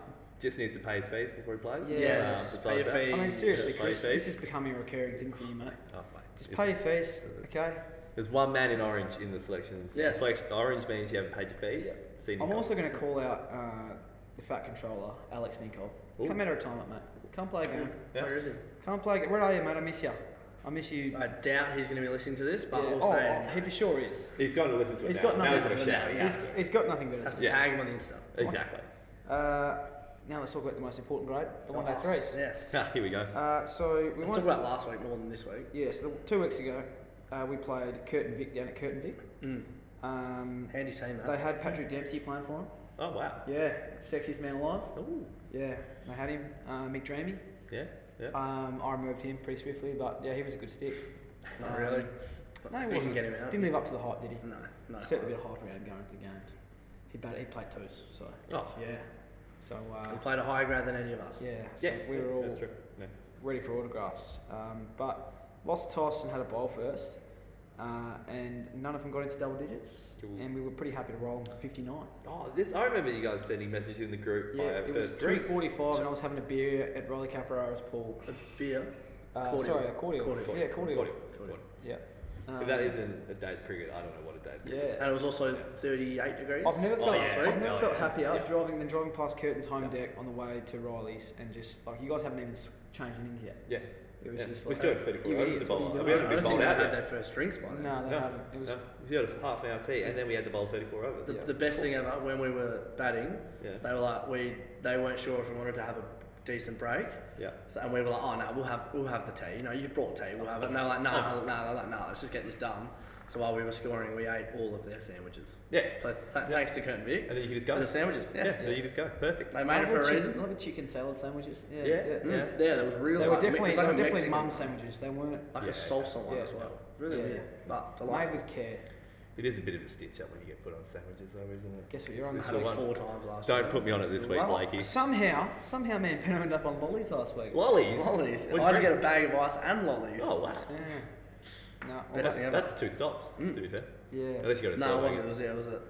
Speaker 3: Just needs to pay his fees before he plays.
Speaker 1: Yes.
Speaker 3: Um,
Speaker 1: Pay your
Speaker 3: besides that-
Speaker 1: fees.
Speaker 2: I mean, seriously,
Speaker 3: Play
Speaker 2: Chris,
Speaker 3: fees.
Speaker 2: this is becoming a recurring thing for you, mate.
Speaker 3: Oh, mate.
Speaker 2: Just
Speaker 3: It's-
Speaker 2: pay your fees, okay?
Speaker 3: There's one man in orange in the selections.
Speaker 1: Yes.
Speaker 3: Selection, orange means you haven't paid your fees. Seen
Speaker 2: I'm
Speaker 3: your
Speaker 2: also going to call out uh, the fat controller, Alex Nikov.
Speaker 3: Ooh.
Speaker 2: Come out of retirement, mate. Come play a game.
Speaker 3: Yeah.
Speaker 1: Where is he?
Speaker 2: Come play a game. Where are you, mate? I miss you. I miss you.
Speaker 1: I doubt he's going to be listening to this, but
Speaker 2: Yeah.
Speaker 1: we'll
Speaker 2: oh,
Speaker 1: say
Speaker 2: oh, he for sure is.
Speaker 3: He's got to listen to it.
Speaker 2: He's
Speaker 3: now.
Speaker 2: got
Speaker 3: Now
Speaker 2: nothing.
Speaker 3: he's got to
Speaker 1: better than
Speaker 3: shout.
Speaker 1: that.
Speaker 3: Yeah.
Speaker 2: he's, he's got nothing better.
Speaker 1: have
Speaker 2: to
Speaker 1: to
Speaker 3: Yeah.
Speaker 1: tag him on the Insta.
Speaker 3: Exactly.
Speaker 2: do. Uh, now let's talk about the most important grade, the one day threes.
Speaker 1: Yes.
Speaker 3: Ah, here we go.
Speaker 2: Uh, so we
Speaker 1: Let's
Speaker 2: want
Speaker 1: talk about last week more than this week.
Speaker 2: Yeah, so the, two weeks ago, uh, we played Curtin Vic down at Curtin Vic. Um,
Speaker 1: Handy saying that.
Speaker 2: Hmm. they had Patrick Dempsey playing for him.
Speaker 3: Oh wow.
Speaker 2: Yeah, sexiest man alive.
Speaker 3: Ooh.
Speaker 2: Yeah, they had him, uh, Mick Dreamy.
Speaker 3: Yeah. Yeah.
Speaker 2: Um, I removed him pretty swiftly, but yeah, he was a good stick.
Speaker 1: Not
Speaker 2: Um,
Speaker 1: really.
Speaker 2: No, he
Speaker 1: We
Speaker 2: wasn't.
Speaker 1: can get him out.
Speaker 2: Didn't live up to the hype, did he?
Speaker 1: No, no.
Speaker 2: Set a bit of hype around going into the game. He batted, he played twos, so
Speaker 3: Oh.
Speaker 2: yeah. So uh,
Speaker 1: He played a higher grade than any of us.
Speaker 2: yeah, so
Speaker 3: Yeah.
Speaker 2: we were all
Speaker 3: That's true. Yeah.
Speaker 2: ready for autographs. Um, but lost toss and had a bowl first, uh, and none of them got into double digits,
Speaker 3: Cool.
Speaker 2: and we were pretty happy to roll 59.
Speaker 3: Oh, this, I remember you guys sending messages in the group.
Speaker 2: Yeah,
Speaker 3: by
Speaker 2: it was
Speaker 3: first drinks.
Speaker 2: 245, and I was having a beer at Rolly Caprara's pool.
Speaker 1: A beer.
Speaker 2: Uh,
Speaker 1: Cordial.
Speaker 2: Sorry, a cordial.
Speaker 1: Cordial.
Speaker 2: Yeah, cordial.
Speaker 3: Cordial.
Speaker 1: Cordial.
Speaker 2: Yeah. Um,
Speaker 3: If
Speaker 1: Um,
Speaker 3: that isn't a day's cricket, I don't know what a day's cricket.
Speaker 1: And
Speaker 2: Yeah.
Speaker 1: it was also 38 degrees.
Speaker 2: I've never
Speaker 3: Oh,
Speaker 2: felt,
Speaker 3: yeah.
Speaker 2: I've never
Speaker 3: Oh,
Speaker 2: felt
Speaker 3: yeah.
Speaker 2: happier
Speaker 3: Yeah.
Speaker 2: driving than driving past Curtin's home deck on the way to Riley's and just like you guys haven't even s- changed innings yet.
Speaker 3: Yeah.
Speaker 2: It was
Speaker 3: Yeah.
Speaker 2: just
Speaker 3: we
Speaker 2: like
Speaker 3: still had 34
Speaker 2: you
Speaker 3: overs
Speaker 2: idiots,
Speaker 3: to
Speaker 2: what are
Speaker 3: bowl.
Speaker 2: you
Speaker 3: We
Speaker 1: I
Speaker 2: doing?
Speaker 3: haven't
Speaker 1: don't
Speaker 3: been
Speaker 1: think
Speaker 3: bowled
Speaker 1: they
Speaker 3: out
Speaker 1: had
Speaker 3: yet.
Speaker 1: their first drinks by then.
Speaker 2: No, they
Speaker 3: No,
Speaker 2: haven't. It was
Speaker 3: no. We still had half an hour tea, and then we had to bowl 34 overs.
Speaker 1: The,
Speaker 2: Yeah.
Speaker 1: the best thing ever when we were batting,
Speaker 3: Yeah.
Speaker 1: they were like we they weren't sure if we wanted to have a decent break.
Speaker 3: Yeah.
Speaker 1: So, and we were like, oh no, we'll have we'll have the tea. You know, you've brought tea, we'll have it. And they were like, no, no, no, no, no, let's just get this done. So while we were scoring, we ate all of their sandwiches.
Speaker 3: Yeah.
Speaker 1: So th- thanks to Kurt and Vic
Speaker 3: And then you could just
Speaker 1: for
Speaker 3: go.
Speaker 1: the sandwiches. Yeah.
Speaker 3: Yeah. Then you just go. Perfect.
Speaker 1: They made it for a
Speaker 2: Lovely
Speaker 1: reason.
Speaker 2: chicken- lovely chicken salad sandwiches. Yeah,
Speaker 3: Yeah.
Speaker 2: yeah.
Speaker 1: Mm. Yeah, there was real.
Speaker 2: They were
Speaker 1: like, me- it
Speaker 2: definitely,
Speaker 1: was like a
Speaker 2: they were
Speaker 1: Mexican-
Speaker 2: definitely mum sandwiches. They weren't
Speaker 1: like
Speaker 3: Yeah.
Speaker 1: a salsa one
Speaker 2: Yeah.
Speaker 1: as well. Really
Speaker 2: Yeah.
Speaker 1: weird, but
Speaker 2: made
Speaker 1: delightful.
Speaker 2: with care.
Speaker 3: It is a bit of a stitch up when you get put on sandwiches, though, isn't it?
Speaker 2: Guess what you're on
Speaker 1: I
Speaker 3: It's
Speaker 1: had
Speaker 3: the
Speaker 1: it
Speaker 3: one.
Speaker 1: four times last
Speaker 3: Don't
Speaker 1: year.
Speaker 3: put me on it this week,
Speaker 1: Well,
Speaker 3: Blakey.
Speaker 2: Somehow, somehow, man, Penn ended up on lollies last week.
Speaker 3: Lollies.
Speaker 1: Lollies.
Speaker 3: What'd you
Speaker 1: I had to
Speaker 3: bring?
Speaker 1: get a bag of ice and lollies.
Speaker 3: Oh wow.
Speaker 2: Yeah. No. Well,
Speaker 1: Best
Speaker 2: that,
Speaker 1: thing ever. Mm.
Speaker 3: That's two stops. To be fair. At
Speaker 2: yeah.
Speaker 3: least you got a
Speaker 1: no, it
Speaker 3: solo.
Speaker 1: wasn't. It was, yeah, it was at,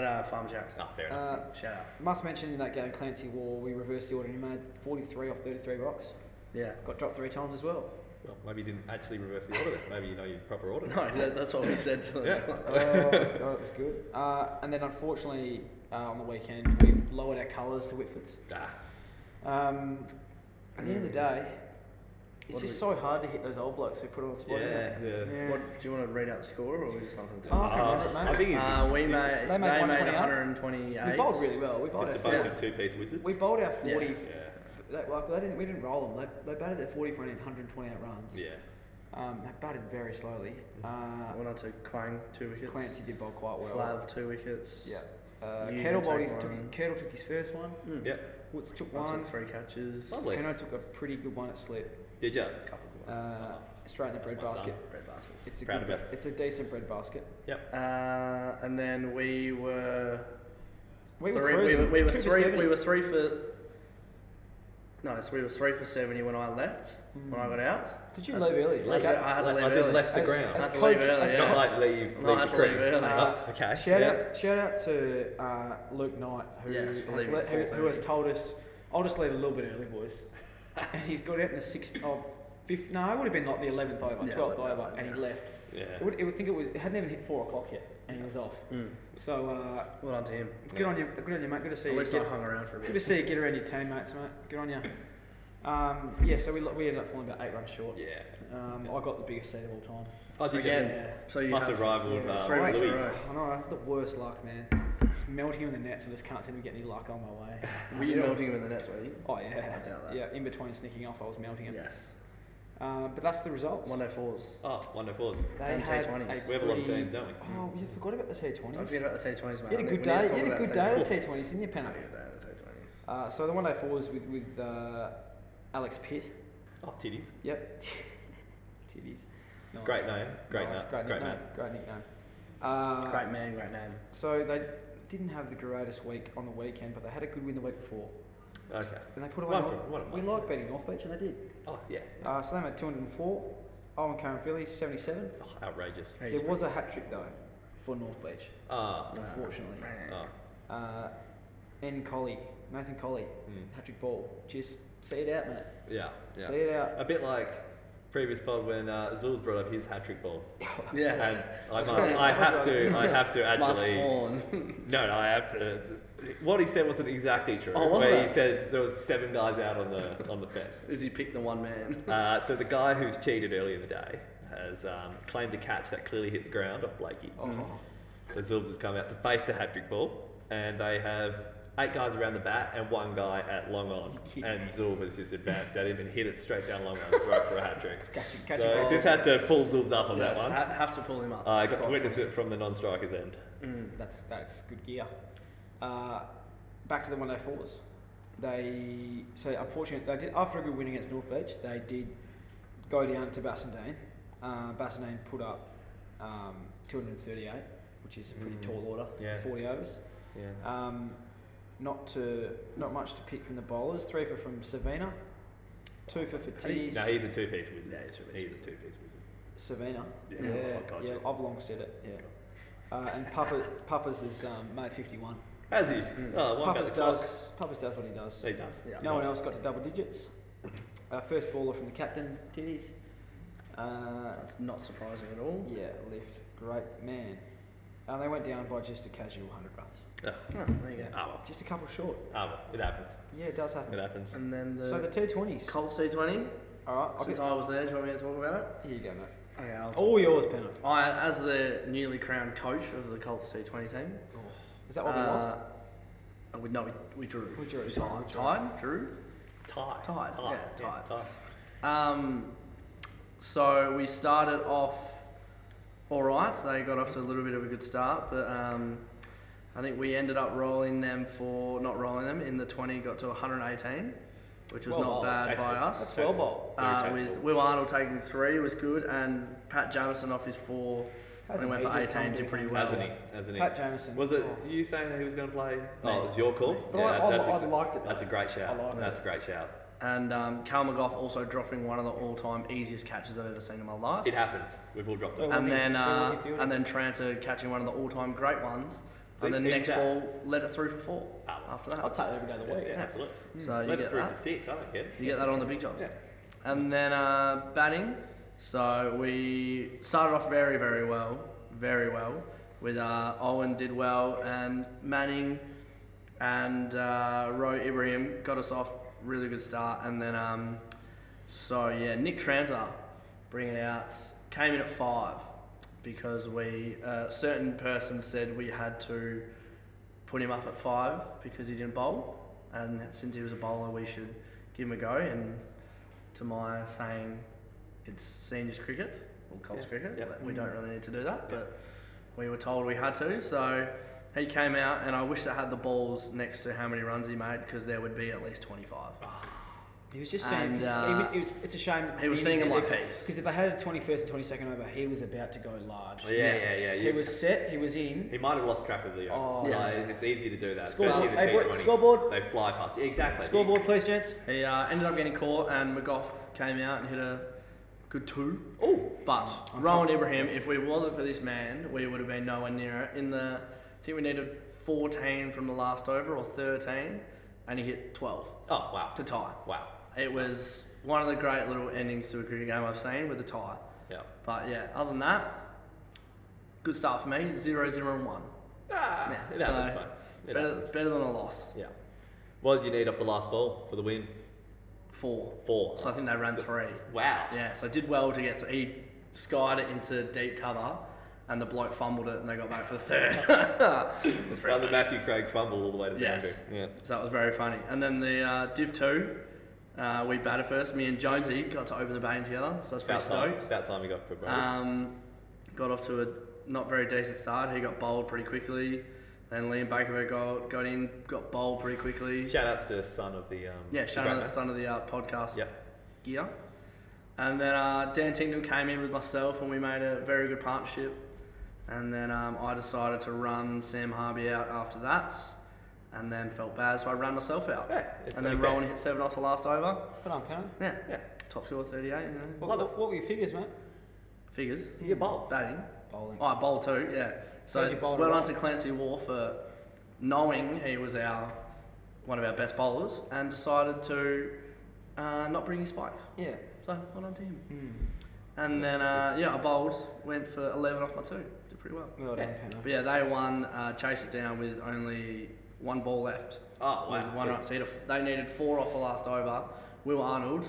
Speaker 1: at uh, Farm Jacks.
Speaker 3: Ah, fair enough.
Speaker 2: Uh,
Speaker 1: Shout out.
Speaker 2: must mention in that game, Clancy Wall, we reversed the order. and He made 43 off 33 rocks.
Speaker 1: Yeah.
Speaker 2: Got dropped three times as well.
Speaker 3: well, maybe you didn't actually reverse the order. Then. Maybe you know your proper order.
Speaker 1: Uh, No, that, that's what we said to them.
Speaker 3: Yeah.
Speaker 2: Oh, God, it was good. Uh, and then unfortunately, uh, on the weekend, we lowered our colours to Whitford's.
Speaker 3: Ah,
Speaker 2: Um, at the end of the day, it's
Speaker 1: What do
Speaker 2: just so hard to hit those old blokes we put on the spot.
Speaker 3: yeah,
Speaker 2: isn't it?
Speaker 3: yeah.
Speaker 2: Yeah.
Speaker 1: What, do you want to read out the score or are we just something to
Speaker 2: Oh, I can't remember it,
Speaker 3: Ah,
Speaker 2: mate.
Speaker 3: I think it's
Speaker 1: uh,
Speaker 3: just,
Speaker 1: we made,
Speaker 2: They made
Speaker 1: they made
Speaker 2: 128.
Speaker 1: 128.
Speaker 2: we bowled really well. We bowled
Speaker 3: just a
Speaker 2: our
Speaker 3: bunch
Speaker 1: yeah.
Speaker 3: of two-piece wizards.
Speaker 2: We bowled our 40.
Speaker 1: Yeah.
Speaker 2: f-
Speaker 3: yeah,
Speaker 2: f- that- like, they didn't, we didn't roll them. They, they batted their 40 for only 128 runs.
Speaker 3: yeah.
Speaker 2: Um, they batted very slowly.
Speaker 1: Mm-hmm.
Speaker 2: Uh,
Speaker 1: One or two, Clang, two wickets.
Speaker 2: Clancy did bowl quite well.
Speaker 1: Flav, two wickets.
Speaker 2: Yeah. Uh,
Speaker 1: You
Speaker 2: Kettle,
Speaker 1: can
Speaker 2: bowled
Speaker 1: take
Speaker 2: his,
Speaker 1: one.
Speaker 2: took, Kettle took his first one.
Speaker 1: Mm.
Speaker 3: Yeah,
Speaker 2: Woods took
Speaker 1: I
Speaker 2: one.
Speaker 1: took three catches.
Speaker 3: lovely.
Speaker 2: Peno took a pretty good one at slip.
Speaker 3: Did you?
Speaker 1: couple of ones.
Speaker 2: Uh, straight in the bread
Speaker 3: That's my son.
Speaker 2: basket.
Speaker 1: Bread baskets.
Speaker 2: It's a
Speaker 3: Proud
Speaker 2: good,
Speaker 3: of it.
Speaker 2: It's a decent bread basket.
Speaker 3: Yep.
Speaker 1: Uh, and then we were
Speaker 2: We were
Speaker 1: three,
Speaker 2: cruising.
Speaker 1: we were, we were
Speaker 2: Two for
Speaker 1: three
Speaker 2: 70.
Speaker 1: we were three for no, so we were three for seventy when I left when
Speaker 2: Hmm.
Speaker 1: I got out.
Speaker 2: Did you leave early?
Speaker 1: Late.
Speaker 2: Okay.
Speaker 1: I had to
Speaker 3: Like,
Speaker 1: leave
Speaker 3: I did
Speaker 1: early.
Speaker 3: left the
Speaker 2: As-
Speaker 3: ground.
Speaker 1: Had
Speaker 2: as
Speaker 1: to
Speaker 2: coach-
Speaker 1: leave early,
Speaker 3: it's
Speaker 2: as
Speaker 1: yeah. Uh,
Speaker 3: not like leave,
Speaker 1: No, I
Speaker 3: leave
Speaker 1: had
Speaker 3: the
Speaker 1: to leave
Speaker 3: crease.
Speaker 1: early.
Speaker 3: Oh, okay.
Speaker 2: Shout
Speaker 3: yeah.
Speaker 2: out, shout out to uh, Luke Knight, who,
Speaker 1: Yes,
Speaker 2: has
Speaker 1: for leaving
Speaker 2: let- who,
Speaker 1: at
Speaker 2: who has
Speaker 1: 4:30.
Speaker 2: told us, "I'll just leave a little bit early, boys." and he's got out in the sixth, oh, fifth. No, it would have been like the eleventh over,
Speaker 1: Yeah,
Speaker 2: twelfth
Speaker 1: 11th,
Speaker 2: over, and he
Speaker 1: yeah.
Speaker 2: left. It
Speaker 3: Yeah.
Speaker 2: would, it would think it was. It hadn't even hit four o'clock yet, and he was off.
Speaker 1: Mm.
Speaker 2: So uh,
Speaker 1: Well done to him.
Speaker 2: good on you, good on you, mate. Good to see
Speaker 1: At
Speaker 2: you.
Speaker 1: least I
Speaker 2: get,
Speaker 1: hung around for a
Speaker 2: good
Speaker 1: bit.
Speaker 2: to see you get around your teammates, mate. Good on you. Um, yeah, so we, lo- we ended up falling about eight runs short.
Speaker 3: Yeah.
Speaker 2: Um, I got the biggest seed of all time.
Speaker 3: Oh, did
Speaker 1: Again,
Speaker 3: you?
Speaker 2: Yeah.
Speaker 1: so you
Speaker 3: Must
Speaker 1: have
Speaker 3: have rivaled uh,
Speaker 1: three weeks in a
Speaker 3: Louise.
Speaker 1: row.
Speaker 2: I know, I have the worst luck, man. Just melting in the nets, and just can't seem to get any luck on my way.
Speaker 1: Were you melting him in the nets, were you?
Speaker 2: Oh, yeah.
Speaker 1: I doubt that.
Speaker 2: Yeah, in between sneaking off, I was melting it.
Speaker 1: Yes.
Speaker 2: Uh, but that's the results.
Speaker 1: One day fours.
Speaker 3: Oh, wonderful.
Speaker 2: They
Speaker 1: and
Speaker 2: had
Speaker 1: T20s.
Speaker 2: a
Speaker 3: We have a lot of
Speaker 2: pretty-
Speaker 3: teams, don't we?
Speaker 2: Oh, we forgot about the T20s.
Speaker 1: Don't forget about the T20s, man.
Speaker 2: you had a good day. You had a good day at the T20s, didn't you,
Speaker 1: I
Speaker 2: Penno?
Speaker 1: had a good day at the T20s.
Speaker 2: Uh, so the one day four was with, with uh, Alex Pitt.
Speaker 3: Oh, titties.
Speaker 2: Yep. Titties. Nice.
Speaker 3: Great name. Great
Speaker 2: Nice.
Speaker 3: name.
Speaker 2: Great
Speaker 3: Great
Speaker 2: nickname.
Speaker 3: name.
Speaker 2: Great nickname. Uh,
Speaker 1: Great man, great name.
Speaker 2: So they didn't have the greatest week on the weekend, but they had a good win the week before.
Speaker 3: Okay.
Speaker 2: And they put away.
Speaker 3: One
Speaker 2: North,
Speaker 3: for- one
Speaker 2: we
Speaker 3: for-
Speaker 2: like betting North Beach, and they did.
Speaker 3: Oh yeah.
Speaker 2: Uh, so they made 204. Owen Curran Phillies, 77.
Speaker 3: Oh, outrageous.
Speaker 1: Hey,
Speaker 2: There was a hat trick, though, for North Beach,
Speaker 3: Ah.
Speaker 2: unfortunately.
Speaker 3: ah.
Speaker 2: Uh, N. Colley, Nathan Colley, hat trick ball. Just see it out, mate.
Speaker 3: Mm. Yeah. Yeah.
Speaker 2: See it out.
Speaker 3: A bit like previous pod when uh, Zul's brought up his hat trick ball.
Speaker 1: Yes.
Speaker 3: And I must. I have to. I have to
Speaker 1: Must
Speaker 3: actually.
Speaker 1: on.
Speaker 3: No, no, I have to. What he said wasn't exactly true.
Speaker 1: Oh, wasn't
Speaker 3: where he
Speaker 1: it?
Speaker 3: said there was seven guys out on the on the fence.
Speaker 1: Is he picked the one man?
Speaker 3: Uh, so the guy who's cheated earlier in the day has um, claimed a catch that clearly hit the ground off Blakey.
Speaker 2: Oh.
Speaker 3: So Zulbs has come out to face the hat trick ball, and they have eight guys around the bat and one guy at long on. And Zulb has just advanced at him and hit it straight down long on, straight for a hat trick.
Speaker 2: Catching, catching
Speaker 3: So
Speaker 2: balls.
Speaker 3: just had to pull Zulbs up on
Speaker 1: Yes,
Speaker 3: that one.
Speaker 1: ha- have to pull him up.
Speaker 3: I got to witness it from the non-striker's end.
Speaker 2: Mm, that's that's good gear. Uh, back to the 104s. They so unfortunately they did after a good win against North Beach they did go down to Bassendean. Uh, Bassendean put up um, 238, which is a pretty tall order,
Speaker 3: Mm. yeah.
Speaker 2: 40 overs.
Speaker 3: Yeah.
Speaker 2: Um, not to not much to pick from the bowlers. Three for from Savina, two for Fatiz.
Speaker 3: No, he's a two-piece wizard.
Speaker 1: Yeah, he's a two-piece
Speaker 3: he's a two-piece wizard.
Speaker 2: Savina.
Speaker 3: Yeah.
Speaker 2: yeah,
Speaker 3: Oh, God,
Speaker 2: yeah,
Speaker 3: yeah.
Speaker 2: I've long said it. Yeah. Uh, and Papa, Papa's is um, made 51.
Speaker 3: Has he? Oh, one
Speaker 2: Mm. Papas
Speaker 3: about the clock.
Speaker 2: does. Papas does what he does.
Speaker 3: He does.
Speaker 1: Yeah.
Speaker 2: No one else got to double digits. Uh, first baller from the captain, Titties. Uh,
Speaker 1: That's not surprising at all.
Speaker 2: yeah, lift. Great man. Uh, they went down by just a casual 100 runs.
Speaker 3: Oh,
Speaker 1: Oh, there you go.
Speaker 3: ah, well.
Speaker 2: Just a couple short.
Speaker 3: Ah, well. It happens.
Speaker 2: Yeah, it does
Speaker 3: It
Speaker 2: happen.
Speaker 3: happens.
Speaker 1: And then the,
Speaker 2: So the 220s.
Speaker 1: Colts T20.
Speaker 2: All right, I'll
Speaker 1: Since
Speaker 2: get,
Speaker 1: I was there, do you want me to talk about it?
Speaker 2: here you go, mate.
Speaker 1: Okay, I'll
Speaker 2: All yours, Pennant.
Speaker 1: I, as the newly crowned coach of the Colts T20 team,
Speaker 2: Is that what we
Speaker 1: uh,
Speaker 2: lost?
Speaker 1: uh, we, no, we, we drew.
Speaker 2: We drew, sorry,
Speaker 1: Tied,
Speaker 2: we drew.
Speaker 1: tied, drew.
Speaker 3: Tie.
Speaker 1: Tied,
Speaker 3: Tie.
Speaker 1: yeah, tied.
Speaker 3: tie.
Speaker 1: Um, so we started off all right. So they got off to a little bit of a good start, but um, I think we ended up rolling them for not rolling them in the twenty. Got to 118, which was
Speaker 2: Well,
Speaker 1: not
Speaker 2: well,
Speaker 1: bad
Speaker 3: chasing
Speaker 1: by
Speaker 3: it.
Speaker 1: us.
Speaker 2: well bowled.
Speaker 1: Uh,
Speaker 3: Very
Speaker 1: with
Speaker 3: chasing.
Speaker 1: Will Arnold taking three was good, and Pat Jamison off his four. and he
Speaker 2: Hasn't
Speaker 1: went for
Speaker 2: he just
Speaker 1: 18,
Speaker 2: come
Speaker 1: did
Speaker 2: doing
Speaker 1: pretty well.
Speaker 3: Hasn't he? Hasn't he?
Speaker 2: Pat Jameson.
Speaker 3: Was it
Speaker 2: Oh.
Speaker 3: you saying that he was going to play?
Speaker 2: No.
Speaker 3: Oh, it's your call.
Speaker 2: But I- I-
Speaker 3: that's a
Speaker 2: I
Speaker 3: good-
Speaker 2: liked it, though.
Speaker 3: That's a great shout.
Speaker 2: I liked
Speaker 3: that's a great shout.
Speaker 1: And um, Cal McGough also dropping one of the all-time easiest catches I've ever seen in my life.
Speaker 3: It happens. We've all dropped
Speaker 2: Oh,
Speaker 3: it.
Speaker 2: well,
Speaker 1: and
Speaker 2: was he-
Speaker 1: then
Speaker 2: where was
Speaker 1: uh,
Speaker 2: he fielding?
Speaker 1: and then Tranter catching one of the all-time great ones,
Speaker 3: See,
Speaker 1: and then
Speaker 3: there you
Speaker 1: next
Speaker 3: go.
Speaker 1: ball let it through for four.
Speaker 3: Ah, well.
Speaker 1: After
Speaker 2: I'll
Speaker 1: that,
Speaker 2: take it every day of the week.
Speaker 3: yeah, absolutely.
Speaker 1: so you
Speaker 3: Let
Speaker 1: get
Speaker 3: it through
Speaker 1: that.
Speaker 3: for six. I don't care.
Speaker 1: You get that on the big jobs.
Speaker 2: Yeah.
Speaker 1: And then uh, batting. So we started off very, very well, very well. With uh, Owen did well, and Manning and uh, Roe Ibrahim got us off really good start. And then, um, so yeah, Nick Tranter bringing out came in at five because we a certain person said we had to put him up at five because he didn't bowl, and since he was a bowler, we should give him a go. And to my saying, it's seniors cricket or Colts
Speaker 2: Yeah,
Speaker 1: cricket.
Speaker 3: yeah.
Speaker 1: that We don't really need to do that, but we were told we had to. So he came out, and I wish I had the balls next to how many runs he made because there would be at least twenty-five.
Speaker 2: He was just
Speaker 1: And,
Speaker 2: saying,
Speaker 1: uh,
Speaker 2: he was, it was, it's a shame.
Speaker 1: he was seeing them like peas.
Speaker 2: Because if they had a 21st and 22nd over, he was about to go large.
Speaker 3: Yeah, yeah, yeah.
Speaker 2: He
Speaker 3: You-
Speaker 2: was set, he was in.
Speaker 3: He might have lost track of the overs.
Speaker 2: Oh.
Speaker 3: Oh,
Speaker 1: Yeah.
Speaker 3: It's easy to do that,
Speaker 2: Scoreboard.
Speaker 3: especially
Speaker 2: Hey, boy,
Speaker 3: the T20.
Speaker 2: scoreboard.
Speaker 3: They fly past. Exactly.
Speaker 2: Scoreboard, please, gents.
Speaker 1: He uh, ended up getting caught, and McGough came out and hit a good two.
Speaker 3: Oh,
Speaker 1: But Rowan Ibrahim, if we wasn't for this man, we would have been nowhere near it. In the, I think we needed 14 from the last over or 13, and he hit 12
Speaker 3: oh, wow.
Speaker 1: to tie.
Speaker 3: Wow.
Speaker 1: It was one of the great little endings to a cricket game I've seen with a tie.
Speaker 3: Yeah.
Speaker 1: But yeah, other than that, good start for me. Zero, zero, and one.
Speaker 3: Ah,
Speaker 1: Yeah,
Speaker 3: it happens,
Speaker 1: so uh,
Speaker 3: mate. It
Speaker 1: better,
Speaker 3: happens.
Speaker 1: better than a loss.
Speaker 3: Yeah. What did you need off the last ball for the win?
Speaker 1: Four.
Speaker 3: Four.
Speaker 1: So I think they ran three.
Speaker 3: Wow.
Speaker 1: Yeah, so I did well to get through. He skied it into deep cover, and the bloke fumbled it, and they got back for the third.
Speaker 3: It's done the Matthew Craig fumble all the way to the
Speaker 1: Yes.
Speaker 3: boundary. Yeah.
Speaker 1: so that was very funny. And then the uh, Div 2, uh, we batted first. Me and Jonesy got to open the batting together, so that's pretty
Speaker 3: About time.
Speaker 1: stoked.
Speaker 3: About time we got promoted.
Speaker 1: Um, got off to a not very decent start. He got bowled pretty quickly. Then Liam Bakerberg got, got in, got bowled pretty quickly.
Speaker 3: Shout outs to the son of the um,
Speaker 1: Yeah,
Speaker 3: the
Speaker 1: shout out
Speaker 3: Grandma.
Speaker 1: the son of the uh, podcast
Speaker 3: Yeah,
Speaker 1: gear. And then uh, Dan Tingdom came in with myself, and we made a very good partnership. And then um, I decided to run Sam Harvey out after that, and then felt bad, so I ran myself out.
Speaker 3: Yeah, it's
Speaker 1: and then
Speaker 3: only fair.
Speaker 1: Rowan hit seven off the last over.
Speaker 2: But I'm penalty.
Speaker 1: Yeah.
Speaker 3: Yeah.
Speaker 1: Top score 38, you know.
Speaker 2: What,
Speaker 3: Love
Speaker 2: what, what were your figures, mate?
Speaker 1: Figures.
Speaker 3: Did you bowl?
Speaker 1: Batting.
Speaker 2: Bowling.
Speaker 1: Oh, I bowled too, yeah. So
Speaker 2: Did you bowl
Speaker 1: well
Speaker 2: a
Speaker 1: done
Speaker 2: lot?
Speaker 1: to Clancy War for knowing he was our one of our best bowlers and decided to uh, not bring his spikes.
Speaker 2: Yeah. Hmm.
Speaker 1: So well done to him. And then uh, yeah, I bowled, went for eleven off my two, did pretty well.
Speaker 2: Well done,
Speaker 1: But
Speaker 2: Penno.
Speaker 1: yeah, they won. Uh, chase it down with only one ball left.
Speaker 3: Oh, wow.
Speaker 1: With one
Speaker 3: So-
Speaker 1: out. So you'd have- they needed four off the last over. Will Arnold,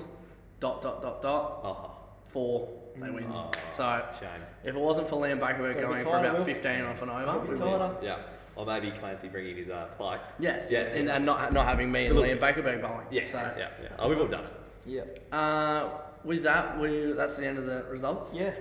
Speaker 1: dot dot dot dot,
Speaker 3: Oh,
Speaker 1: four. They win.
Speaker 3: Oh.
Speaker 1: So
Speaker 3: shame.
Speaker 1: if it wasn't for Liam Bakerberg
Speaker 2: Gotta be
Speaker 1: going for
Speaker 2: tighter,
Speaker 1: about
Speaker 2: Will.
Speaker 1: fifteen off an over, we win.
Speaker 2: tighter.
Speaker 3: Oh, Yeah. Or maybe Clancy bringing his uh, spikes.
Speaker 1: Yes.
Speaker 3: Yeah.
Speaker 1: And, and not not having me and
Speaker 3: Look.
Speaker 1: Liam Bakerberg bowling.
Speaker 3: Yeah,
Speaker 1: So
Speaker 3: yeah, yeah. Oh, we've all done it.
Speaker 2: Yeah.
Speaker 1: uh, with that, we that's the end of the results.
Speaker 2: Yeah.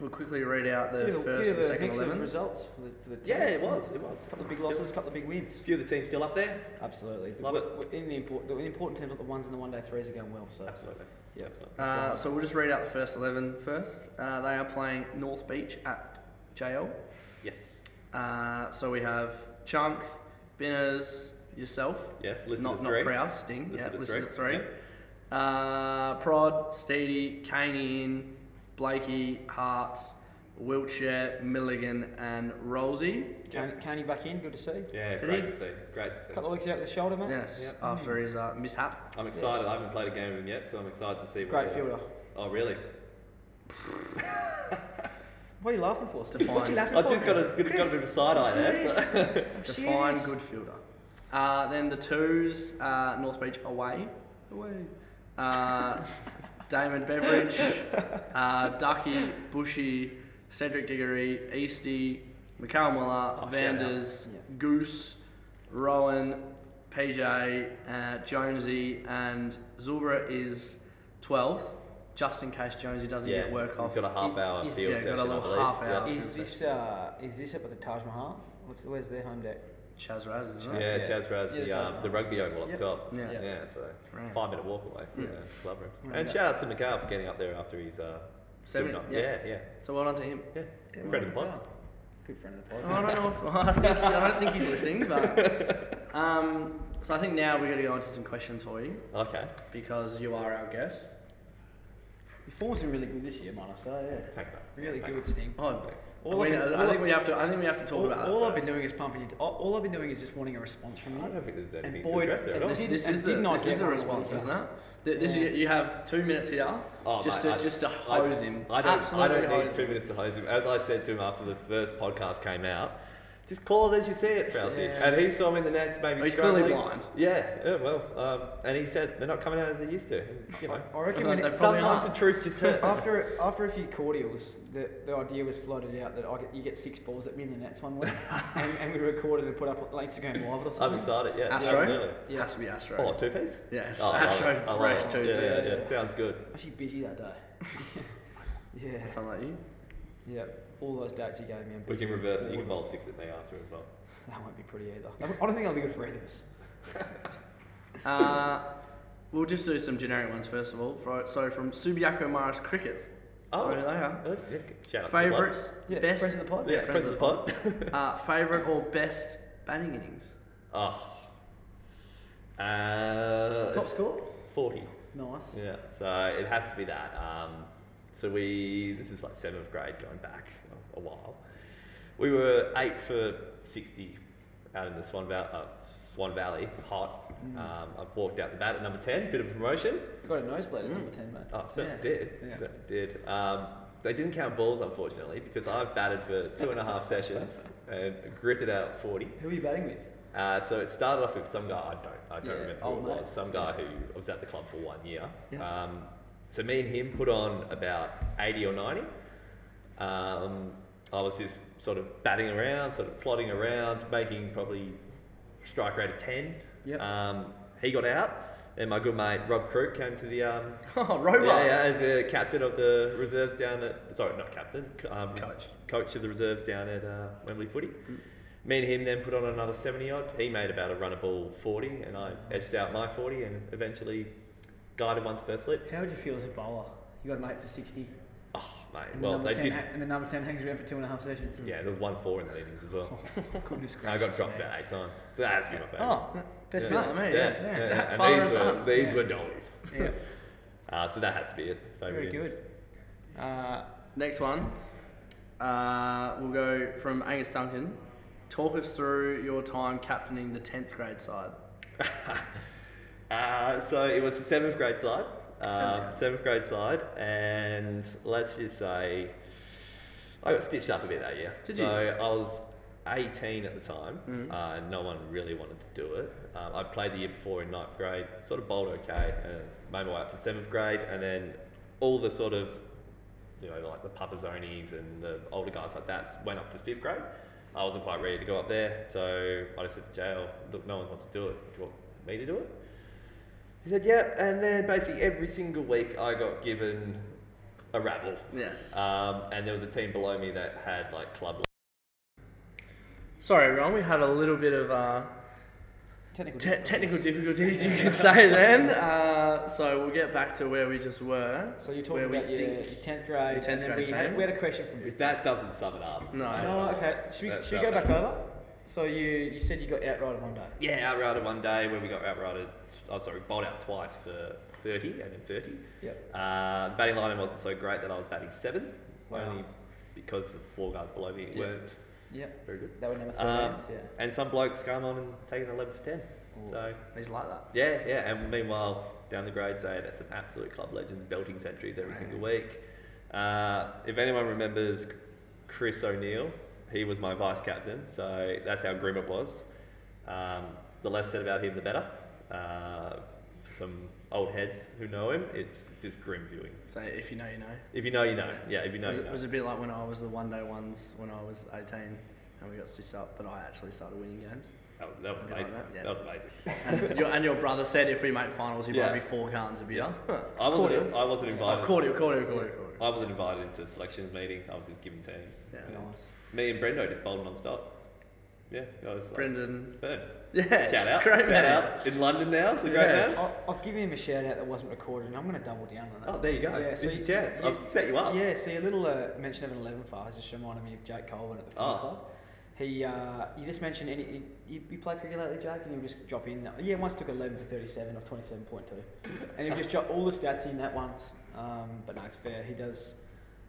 Speaker 1: We'll quickly read out the
Speaker 2: Bit of a-
Speaker 1: first
Speaker 2: bit
Speaker 1: and
Speaker 2: of a
Speaker 1: second
Speaker 2: mix of
Speaker 1: eleven.
Speaker 2: results for the, for the teams.
Speaker 3: Yeah, it was. It was.
Speaker 2: A couple of big losses, a couple of big wins.
Speaker 3: A few of the teams still up there.
Speaker 2: Absolutely. The-
Speaker 3: Love it.
Speaker 2: w- In the important, the important teams, like the ones in the one day threes are going well. So
Speaker 3: Absolutely.
Speaker 2: Yeah.
Speaker 3: Absolutely.
Speaker 1: Uh, so we'll just read out the first 11 first. Uh, they are playing North Beach at JL.
Speaker 3: Yes.
Speaker 1: Uh, so we have Chunk, Binners, yourself.
Speaker 3: Yes, listen
Speaker 1: not,
Speaker 3: to three.
Speaker 1: Not Prowse, Sting.
Speaker 3: Listen
Speaker 1: yeah,
Speaker 3: to
Speaker 1: listen
Speaker 3: three.
Speaker 1: to three.
Speaker 3: Yep.
Speaker 1: Uh, Prod, Steedy, Caney, Blakey, Hearts, Wiltshire, Milligan, and Rosie.
Speaker 2: Can Caney back in. Good to see.
Speaker 3: Yeah,
Speaker 1: Did
Speaker 3: great
Speaker 1: he-
Speaker 3: to see. Great to see.
Speaker 2: couple of weeks out with the shoulder,
Speaker 3: Oh,
Speaker 2: mate.
Speaker 1: Yes,
Speaker 3: Yep.
Speaker 1: after his uh, mishap.
Speaker 3: I'm excited. I haven't played a game with him yet, so I'm excited to see. what
Speaker 2: Great
Speaker 3: the-
Speaker 2: fielder.
Speaker 3: Oh, really?
Speaker 2: What are you laughing for? Steve?
Speaker 1: Define.
Speaker 2: What are you laughing
Speaker 3: I've
Speaker 2: for?
Speaker 3: just got a, got a bit of a side eye there. So.
Speaker 1: Define good fielder. Uh, then the twos, uh, North Beach away.
Speaker 2: Away.
Speaker 1: uh, Damon Beveridge, uh, Ducky, Bushy, Cedric Diggory, Easty, McCall Muller,
Speaker 3: Oh,
Speaker 1: Vanders,
Speaker 2: shout out. Yeah.
Speaker 1: Goose, Rowan, PJ, uh, Jonesy, and Zulbra is 12th, just in case Jonesy doesn't
Speaker 3: Yeah,
Speaker 1: get work
Speaker 3: he's
Speaker 1: off.
Speaker 3: got a half
Speaker 2: He-
Speaker 3: hour
Speaker 2: he's-
Speaker 3: field
Speaker 1: yeah, got a
Speaker 3: session.
Speaker 1: little
Speaker 3: I believe.
Speaker 1: half
Speaker 3: Yeah.
Speaker 1: hour.
Speaker 2: Is this uh, is this up at the Taj Mahal? What's where's their home deck?
Speaker 1: Chaz Raz, isn't
Speaker 3: Yeah,
Speaker 1: it?
Speaker 2: Yeah.
Speaker 3: Chaz Raz,
Speaker 2: Yeah,
Speaker 3: the,
Speaker 2: Chaz
Speaker 3: um,
Speaker 2: Raz.
Speaker 3: the rugby oval up
Speaker 2: Yep.
Speaker 3: top.
Speaker 1: Yeah.
Speaker 3: yeah,
Speaker 2: Yeah.
Speaker 3: so
Speaker 1: Right.
Speaker 3: five minute walk away from the club rooms.
Speaker 2: Right.
Speaker 3: And
Speaker 2: Yeah.
Speaker 3: shout out to McCall for getting up there after he's uh,
Speaker 1: Seventy,
Speaker 3: given up.
Speaker 1: yeah.
Speaker 3: yeah, yeah,
Speaker 1: So well done to him.
Speaker 3: yeah. Friend of the pod.
Speaker 2: Good friend of the
Speaker 1: Oh, I don't know if I, think, I don't think he's listening, but um, so I think now we're going to go into some questions for you.
Speaker 3: Okay,
Speaker 1: because you are our guest.
Speaker 2: Your form's been really good this year, man. I say, yeah.
Speaker 3: thanks. Mate.
Speaker 2: Really good,
Speaker 3: Thanks.
Speaker 2: Sting.
Speaker 1: Oh,
Speaker 3: Thanks.
Speaker 2: All
Speaker 1: I, mean,
Speaker 2: I've been-
Speaker 1: I
Speaker 2: all
Speaker 1: think
Speaker 2: I-
Speaker 1: we have to. I think we have to talk
Speaker 2: all,
Speaker 1: about.
Speaker 2: all
Speaker 1: that
Speaker 2: I've been
Speaker 1: first.
Speaker 2: doing is pumping into. All, all I've been doing is just wanting a response from you.
Speaker 3: I don't think there's anything to
Speaker 2: Boyd-
Speaker 3: address there
Speaker 2: and
Speaker 3: at all.
Speaker 1: This,
Speaker 2: Did-
Speaker 1: this
Speaker 2: and
Speaker 1: is
Speaker 2: did
Speaker 1: the
Speaker 2: not
Speaker 1: this is
Speaker 2: get
Speaker 1: the
Speaker 2: one
Speaker 1: response,
Speaker 2: answer.
Speaker 1: isn't it? Th- This
Speaker 2: Yeah.
Speaker 1: is, you have two minutes here,
Speaker 3: Oh,
Speaker 1: just
Speaker 3: mate,
Speaker 1: to
Speaker 3: I-
Speaker 1: just to
Speaker 3: I-
Speaker 1: hose him.
Speaker 3: I don't, I
Speaker 1: Absolutely
Speaker 3: don't need
Speaker 1: hose
Speaker 3: two
Speaker 1: him.
Speaker 3: minutes to hose him. As I said to him after the first podcast came out, just call it as you see it, Rousey.
Speaker 2: Yeah.
Speaker 3: And he saw him in the nets, maybe
Speaker 1: He's
Speaker 3: struggling.
Speaker 1: clearly blind.
Speaker 3: Yeah, yeah, well, um, and he said they're not coming out as they used to. And, you know,
Speaker 2: I reckon
Speaker 1: No,
Speaker 2: when
Speaker 1: no,
Speaker 2: it-
Speaker 1: probably
Speaker 3: sometimes
Speaker 1: not.
Speaker 3: the truth just hurts.
Speaker 2: after after a few cordials, the, the idea was floated out that I get, you get six balls at me in the nets one week, and, and we recorded and put up on Instagram live it or
Speaker 3: I'm
Speaker 2: something.
Speaker 3: excited. Yeah, absolutely.
Speaker 1: Astro
Speaker 2: Yeah.
Speaker 1: has to be Astro.
Speaker 3: Oh, two piece.
Speaker 1: Yes,
Speaker 3: oh, I love
Speaker 1: Astro
Speaker 3: it. I love
Speaker 1: fresh
Speaker 3: it.
Speaker 1: tooth.
Speaker 3: Yeah, yeah,
Speaker 2: Yeah.
Speaker 3: yeah. Sounds good.
Speaker 2: actually busy that day. yeah,
Speaker 1: Something like you.
Speaker 2: yeah. All those dates you gave me. I'm
Speaker 3: We
Speaker 2: busy.
Speaker 3: can reverse it. You
Speaker 2: All
Speaker 3: can
Speaker 2: of
Speaker 3: bowl six at me after as well.
Speaker 2: them. That won't be pretty either. I don't- I don't think that'll be good for either of us.
Speaker 1: Uh, we'll just do some generic ones first of all. For, so from Subiaco Maris Cricket.
Speaker 3: Oh,
Speaker 1: There they are.
Speaker 3: Uh, yeah, shout out to the pod.
Speaker 1: Favorites,
Speaker 2: Yeah,
Speaker 1: best,
Speaker 2: friends of the pod.
Speaker 3: Yeah, friends of the pod.
Speaker 1: uh, favorite or best batting innings.
Speaker 3: oh. Ah. Uh,
Speaker 2: Top score.
Speaker 3: 40.
Speaker 2: Nice.
Speaker 3: Yeah, so it has to be that. Um, so we, this is like seventh grade going back a, a while. We were eight for 60 out in the Swan, Val- uh, Swan Valley, hot.
Speaker 2: Mm.
Speaker 3: Um, I've walked out the bat at number 10, bit of a promotion.
Speaker 2: I got a nosebleed at number ten, mate.
Speaker 3: Oh, so
Speaker 2: Yeah.
Speaker 3: it did.
Speaker 2: Yeah.
Speaker 3: So it did. Um, they didn't count balls, unfortunately, because I've batted for two and a half sessions and gritted out 40.
Speaker 2: Who are you batting with?
Speaker 3: Uh, so it started off with some guy I don't I don't
Speaker 2: Yeah,
Speaker 3: remember who
Speaker 2: old
Speaker 3: it
Speaker 2: mate.
Speaker 3: was. Some guy who was at the club for one year.
Speaker 2: Yeah.
Speaker 3: Um, so me and him put on about eighty or ninety. Um, I was just sort of batting around, sort of plodding around, making probably strike rate of ten.
Speaker 2: Yep.
Speaker 3: Um, he got out, and my good mate Rob Crook came to the um,
Speaker 1: Oh,
Speaker 3: yeah,
Speaker 1: robots.
Speaker 3: yeah, as a captain of the reserves down at sorry, not captain, c- um,
Speaker 1: Coach.
Speaker 3: coach of the reserves down at uh, Wembley Footy. Me and him then put on another seventy odd. He made about a runnable forty, and I edged out my forty, and eventually guided one to first slip.
Speaker 2: How would you feel as a bowler? You got an eight for sixty.
Speaker 3: Oh mate.
Speaker 2: And
Speaker 3: Well,
Speaker 2: the number
Speaker 3: they
Speaker 2: 10
Speaker 3: did.
Speaker 2: ha- and the number ten hangs around for two and a half sessions. Oh,
Speaker 3: Yeah, there was one four in the meetings as well.
Speaker 2: Goodness
Speaker 3: And I
Speaker 2: gracious.
Speaker 3: got dropped
Speaker 2: man.
Speaker 3: about eight times. So that's been my favourite.
Speaker 1: Oh, best
Speaker 3: yeah,
Speaker 1: man, mate.
Speaker 3: yeah,
Speaker 1: Yeah,
Speaker 3: yeah,
Speaker 1: yeah.
Speaker 3: And
Speaker 1: Father and
Speaker 3: these were
Speaker 1: son.
Speaker 3: these
Speaker 2: Yeah.
Speaker 3: were dollies.
Speaker 2: Yeah.
Speaker 3: Uh, so that has to be it.
Speaker 2: Very
Speaker 3: Favourite innings.
Speaker 2: good.
Speaker 1: Uh, next one. Uh, we'll go from Angus Duncan. Talk us through your time captaining the 10th grade side.
Speaker 3: Uh, so it was the seventh grade side. Uh,
Speaker 1: Seventh grade.
Speaker 3: seventh grade side, and let's just say I got stitched up a bit that year.
Speaker 1: Did
Speaker 3: so
Speaker 1: you? Mm-hmm.
Speaker 3: I was 18 at the time. Uh, no one really wanted to do it. Um, I played the year before in ninth grade, sort of bowled okay, and it's made my way up to seventh grade, and then all the sort of you know, like the Papazonis and the older guys like that went up to fifth grade. I wasn't quite ready to go up there, so I just said to jail, look, no one wants to do it. Do you want me to do it? He said, yeah, and then basically every single week I got given a rabble.
Speaker 1: Yes.
Speaker 3: Um, and there was a team below me that had like club.
Speaker 1: Sorry, everyone. We had a little bit of uh,
Speaker 2: Technical.
Speaker 1: te- technical difficulties, you could say then. Uh, so we'll get back to where we just were.
Speaker 2: so you're talking
Speaker 1: where
Speaker 2: about
Speaker 1: we
Speaker 2: your, your
Speaker 1: think.
Speaker 2: 10th grade.
Speaker 1: Your 10th
Speaker 2: and then
Speaker 1: grade
Speaker 2: we, had,
Speaker 1: team.
Speaker 2: we had a question from Bits.
Speaker 3: That doesn't sum it up.
Speaker 1: No.
Speaker 2: Oh, okay. Should we,
Speaker 3: That-
Speaker 2: should we
Speaker 3: that
Speaker 2: go back
Speaker 3: happens.
Speaker 2: over? So you, you said you got outrighted one day.
Speaker 3: Yeah, outrider one day where we got outrider. Oh, sorry, bowled out twice for 30 and then 30.
Speaker 2: Yep.
Speaker 3: Uh, the batting lineup wasn't so great that I was batting seven,
Speaker 2: Wow.
Speaker 3: only because the four guys below me
Speaker 2: Yeah.
Speaker 3: weren't
Speaker 2: Yep.
Speaker 3: very good.
Speaker 2: That were number three
Speaker 3: Um,
Speaker 2: rounds, yeah.
Speaker 3: And some blokes come on and take an 11 for 10. So,
Speaker 1: He's like that.
Speaker 3: yeah, yeah. And meanwhile, down the grades, they that's an absolute club legends, belting centuries every single week. Uh, if anyone remembers Chris O'Neill, he was my vice captain, so that's how grim it was. Um, the less said about him, the better. Uh, some old heads who know him, it's just grim viewing.
Speaker 1: So if you know, you know.
Speaker 3: If you know, you know. Yeah, if you know,
Speaker 1: it, was,
Speaker 3: you
Speaker 1: it was
Speaker 3: know.
Speaker 1: a bit like when I was the one day ones when I was 18 and we got stitched up, but I actually started winning games.
Speaker 3: That was that was
Speaker 1: something like
Speaker 3: amazing.
Speaker 1: that, yeah.
Speaker 3: That was amazing.
Speaker 1: And your, and your brother said if we make finals, you
Speaker 3: Yeah.
Speaker 1: buy me four cartons of beer.
Speaker 3: I
Speaker 1: Cordial.
Speaker 3: wasn't. I wasn't
Speaker 1: Oh,
Speaker 3: invited.
Speaker 1: cordial, cordial, cordial, cordial.
Speaker 3: I wasn't invited into the selections meeting. I was just given teams.
Speaker 1: Yeah.
Speaker 3: Yeah.
Speaker 2: Nice.
Speaker 3: Me and Brendo just bowled non-stop. Yeah, I was like,
Speaker 1: Brendan.
Speaker 3: Burn.
Speaker 1: Yes.
Speaker 3: Shout out.
Speaker 1: Great
Speaker 3: Shout
Speaker 1: man.
Speaker 3: out. In London now, the great
Speaker 1: Yes.
Speaker 3: man.
Speaker 2: I- I've given him a shout out that wasn't recorded, and I'm going to double down on that.
Speaker 3: Oh, there you go. This is your chance. I've set you up.
Speaker 2: Yeah, see, a little uh, mention of an 11 far has just reminded me of Jake Colvin at the football
Speaker 3: Oh.
Speaker 2: club. He, uh, you just mentioned, any, you, you, you play cricket lately, Jake, and you just drop in. Yeah, once took 11 for 37 of 27.2. And you just drop all the stats in that once. Um, but no, it's fair. He does,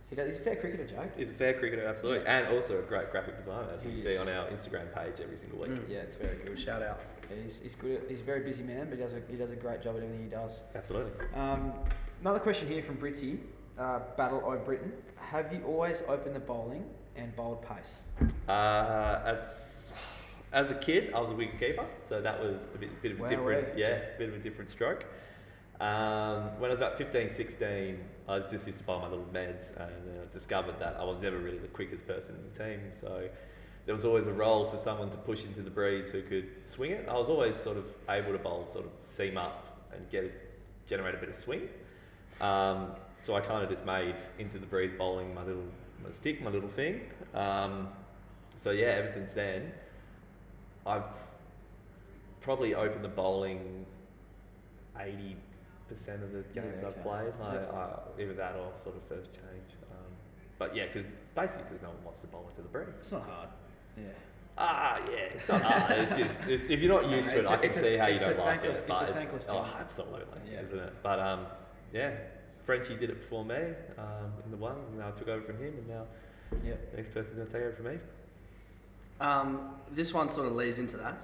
Speaker 2: he does, he's a fair cricketer, Jake.
Speaker 3: He's a fair cricketer, absolutely, and also a great graphic designer, as you can
Speaker 2: He
Speaker 3: see
Speaker 2: is.
Speaker 3: on our Instagram page every single week.
Speaker 1: Mm.
Speaker 2: Yeah, it's very good.
Speaker 1: Shout out.
Speaker 2: Yeah, He's, he's good. At, he's a very busy man, but he does a, he does a great job at everything he does.
Speaker 3: Absolutely.
Speaker 2: Um, another question here from Britty, uh, Battle O Britain. Have you always opened the bowling and bowled pace?
Speaker 3: Uh, as as a kid, I was a wicket keeper, so that was a bit, bit of a
Speaker 2: Wow,
Speaker 3: different,
Speaker 2: yeah.
Speaker 3: yeah, bit of a different stroke. Um, when I was about 15, 16, I just used to buy my little meds, and then I discovered that I was never really the quickest person in the team. So there was always a role for someone to push into the breeze who could swing it. I was always sort of able to bowl, sort of seam up and get generate a bit of swing. Um, so I kind of just made into the breeze bowling my little my stick, my little thing. Um, so yeah, ever since then, I've probably opened the bowling eighty percent of the
Speaker 2: Yeah,
Speaker 3: games
Speaker 2: okay.
Speaker 3: I've played. Like
Speaker 2: Yeah.
Speaker 3: I, either that or sort of first change. Um, but yeah, because basically, because no one wants to bowl into the breeze.
Speaker 2: It's not hard. Yeah.
Speaker 3: Ah, yeah, it's not hard. it's just it's, if you're not used to it,
Speaker 2: It's
Speaker 3: I
Speaker 2: a-
Speaker 3: can
Speaker 2: it's a-
Speaker 3: see how you
Speaker 2: it's a
Speaker 3: don't like
Speaker 2: thankless-
Speaker 3: it.
Speaker 2: it's
Speaker 3: But
Speaker 2: a
Speaker 3: it's,
Speaker 2: thankless
Speaker 3: oh,
Speaker 2: job.
Speaker 3: absolutely,
Speaker 2: Yeah.
Speaker 3: isn't it? But um, yeah, Frenchie did it before me um, in the ones, and now I took over from him, and now
Speaker 2: Yep.
Speaker 3: the next person's gonna take over from me.
Speaker 1: Um, this one sort of leads into that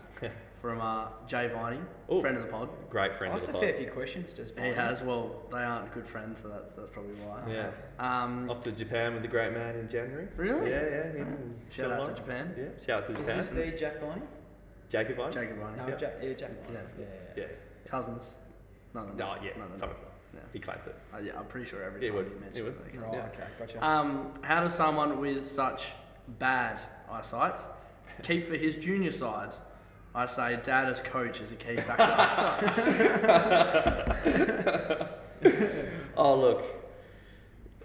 Speaker 1: from uh, Jay Viney,
Speaker 3: Ooh.
Speaker 1: friend of the pod.
Speaker 3: Great friend
Speaker 2: Asked
Speaker 3: of
Speaker 2: a
Speaker 3: the
Speaker 2: fair
Speaker 3: pod.
Speaker 2: few questions, just
Speaker 1: He has, well, they aren't good friends, so that's, that's probably why.
Speaker 3: Yeah,
Speaker 1: Um,
Speaker 3: off to Japan with the great man in January.
Speaker 1: Really?
Speaker 3: Yeah, yeah. him
Speaker 1: Oh.
Speaker 3: and
Speaker 1: Shout
Speaker 3: Sean
Speaker 1: out to
Speaker 3: Lyons.
Speaker 1: Japan.
Speaker 3: Yeah, shout out to
Speaker 2: Is
Speaker 3: Japan.
Speaker 2: this the Jack Viney?
Speaker 3: Jacob Vine.
Speaker 1: Jacob Viney.
Speaker 2: No,
Speaker 3: Yeah.
Speaker 2: Jack. Yeah, Jack Viney.
Speaker 1: Yeah.
Speaker 2: Yeah.
Speaker 3: Yeah.
Speaker 1: Cousins. No, no,
Speaker 3: No,
Speaker 1: Oh, no.
Speaker 3: yeah.
Speaker 1: No, no, no.
Speaker 3: Something. like that.
Speaker 1: Yeah.
Speaker 3: He claims it.
Speaker 1: Uh, yeah, I'm pretty sure every
Speaker 3: He
Speaker 1: time
Speaker 3: would.
Speaker 1: you
Speaker 3: He
Speaker 1: mention
Speaker 3: would.
Speaker 1: it, they
Speaker 3: Yeah.
Speaker 1: come.
Speaker 2: Right.
Speaker 3: Yeah.
Speaker 2: Okay. Gotcha.
Speaker 1: Um, how does someone with such bad eyesight keep for his junior side? I say dad as coach is a key factor.
Speaker 3: Oh look,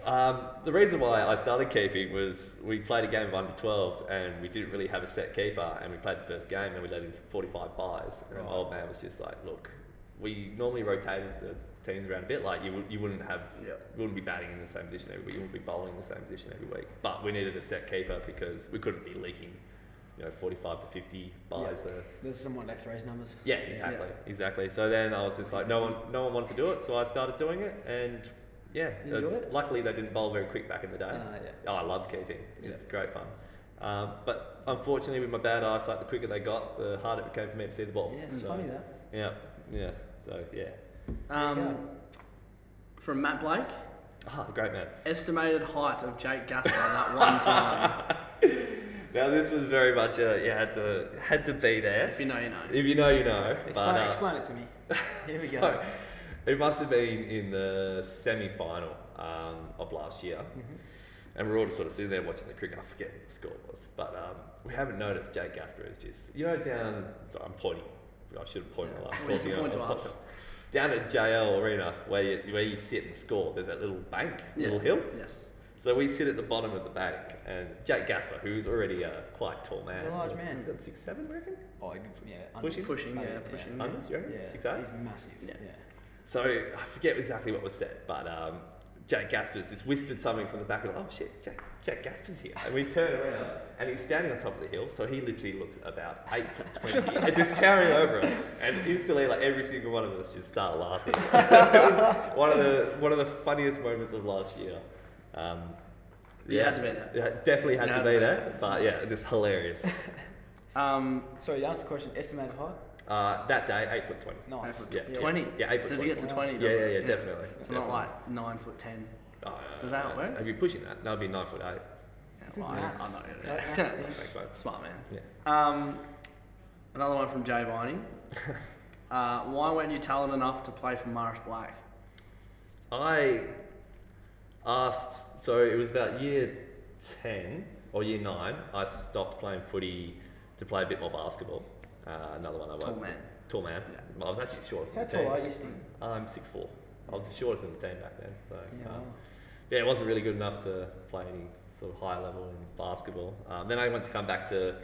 Speaker 3: um, the reason why I started keeping was we played a game of under 12s and we didn't really have a set keeper and we played the first game and we let in 45 buys and my old man was just like, look, we normally rotated the teams around a bit. Like you, would, you wouldn't have,
Speaker 1: Yeah.
Speaker 3: you wouldn't be batting in the same position every week. You wouldn't be bowling in the same position every week. But we needed a set keeper because we couldn't be leaking, you know, 45 to 50 buys a
Speaker 2: There's someone left for those numbers.
Speaker 3: yeah, exactly, exactly. So then I was just like, no one, no one wanted to do it, so I started doing it, and yeah,
Speaker 2: You enjoy
Speaker 3: it's-
Speaker 2: it?
Speaker 3: luckily they didn't bowl very quick back in the day.
Speaker 2: Ah, yeah.
Speaker 3: Oh, I loved keeping; it's great fun. Um, but unfortunately, with my bad eyesight, the quicker they got, the harder it became for me to see the ball.
Speaker 2: Yeah, it's
Speaker 3: so,
Speaker 2: funny that.
Speaker 3: Yeah, yeah. So yeah,
Speaker 1: Um,
Speaker 2: Go.
Speaker 1: from Matt Blake,
Speaker 3: ah, great man.
Speaker 1: estimated height of Jake Gasper that one time.
Speaker 3: Now this was very much a you had to had to be there.
Speaker 1: If you know, you know.
Speaker 3: If you know, you know.
Speaker 2: Explain,
Speaker 3: but, uh,
Speaker 2: explain it to me. Here we go.
Speaker 3: So, it must have been in the semi final um, of last year.
Speaker 1: Mm-hmm.
Speaker 3: And we're all just sort of sitting there watching the cricket. I forget what the score was. But um, we haven't noticed Jake Gasper is just, you know, down. Sorry, I'm pointing. I should have pointed while I'm
Speaker 1: Well, you
Speaker 3: talking
Speaker 1: can
Speaker 3: on
Speaker 1: point
Speaker 3: the
Speaker 1: to us.
Speaker 3: podcast. Down at JL Arena, where you, where you sit and score, there's that little bank, little hill.
Speaker 1: Yes.
Speaker 3: So we sit at the bottom of the bank, and Jake Gasper, who's already a quite tall man,
Speaker 2: He's a large man.
Speaker 3: six seven, I reckon.
Speaker 2: Oh, I'd- yeah. Oh,
Speaker 3: Pushing?
Speaker 1: Pushing, yeah, pushing. Mm-hmm. Yeah.
Speaker 3: Unders, you reckon?
Speaker 2: Yeah,
Speaker 3: Six eight?
Speaker 2: he's massive. Yeah.
Speaker 1: Yeah.
Speaker 3: So I forget exactly what was said, but um, Jack Gasper's just whispered something from the back. We're like, oh shit, Jack, Jack Gasper's here. And we turn around and he's standing on top of the hill. So he literally looks about eight foot 20 and just towering over him. And instantly, like every single one of us just start laughing. it was one of, the, one of the funniest moments of last year. Um,
Speaker 1: You had to be there.
Speaker 3: Yeah, definitely had
Speaker 1: You
Speaker 3: to be there. But yeah, just hilarious.
Speaker 1: Um,
Speaker 2: So you answered the question. Estimated height.
Speaker 3: Uh, that day, eight foot 20.
Speaker 2: Nice.
Speaker 1: eight foot
Speaker 3: Yeah,
Speaker 1: tw-
Speaker 3: yeah.
Speaker 1: 20.
Speaker 3: Yeah, eight foot
Speaker 1: Does
Speaker 3: 20.
Speaker 1: it get to 20?
Speaker 3: Yeah,
Speaker 1: does
Speaker 3: yeah,
Speaker 1: it?
Speaker 3: yeah, definitely.
Speaker 1: It's not
Speaker 3: Definitely.
Speaker 1: like 9 foot 10.
Speaker 3: Oh,
Speaker 1: Does that work?
Speaker 3: I'd be pushing that. That'd be nine foot eight.
Speaker 1: Yeah,
Speaker 2: Good
Speaker 1: well, I,
Speaker 2: maths.
Speaker 1: I'm not
Speaker 2: Good
Speaker 1: gonna-
Speaker 2: maths, Steve.
Speaker 3: Thanks, mate.
Speaker 1: Smart man.
Speaker 3: Yeah.
Speaker 1: Um, another one from Jay Viney. Uh, why weren't you talented enough to play for Morris Black?
Speaker 3: I asked. So it was about year ten or year nine. I stopped playing footy to play a bit more basketball. Uh, another one I won't.
Speaker 1: Tall man.
Speaker 3: Tall man.
Speaker 1: Yeah.
Speaker 3: Well, I was actually the shortest.
Speaker 2: How
Speaker 3: in the team.
Speaker 2: tall are you, Steve?
Speaker 3: I'm six four. I was the shortest in the team back then. So
Speaker 2: Yeah.
Speaker 3: um, yeah, it wasn't really good enough to play any sort of high level in basketball. Um, then I went to come back to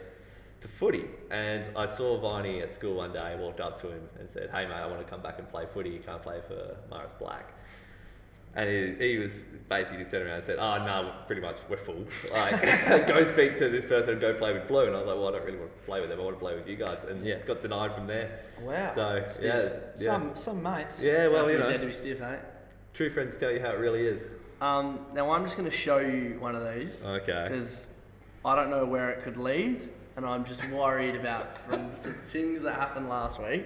Speaker 3: to footy, and I saw Viney at school one day. I walked up to him and said, "Hey mate, I want to come back and play footy. You can't play for Maris Black." And he, he was basically just turned around and said, "Oh no, pretty much we're full. Like, go speak to this person and go play with Blue." And I was like, "Well, I don't really want to play with them. I want to play with you guys." And yeah, got denied from there.
Speaker 2: Wow.
Speaker 3: So yeah, yeah.
Speaker 2: Some some mates.
Speaker 3: Yeah, well, you
Speaker 1: Definitely
Speaker 3: know,
Speaker 1: dead to be stiff, eh?
Speaker 3: true friends tell you how it really is.
Speaker 1: Um, now I'm just going to show you one of these
Speaker 3: Okay.
Speaker 1: because I don't know where it could lead, and I'm just worried about from the things that happened last week.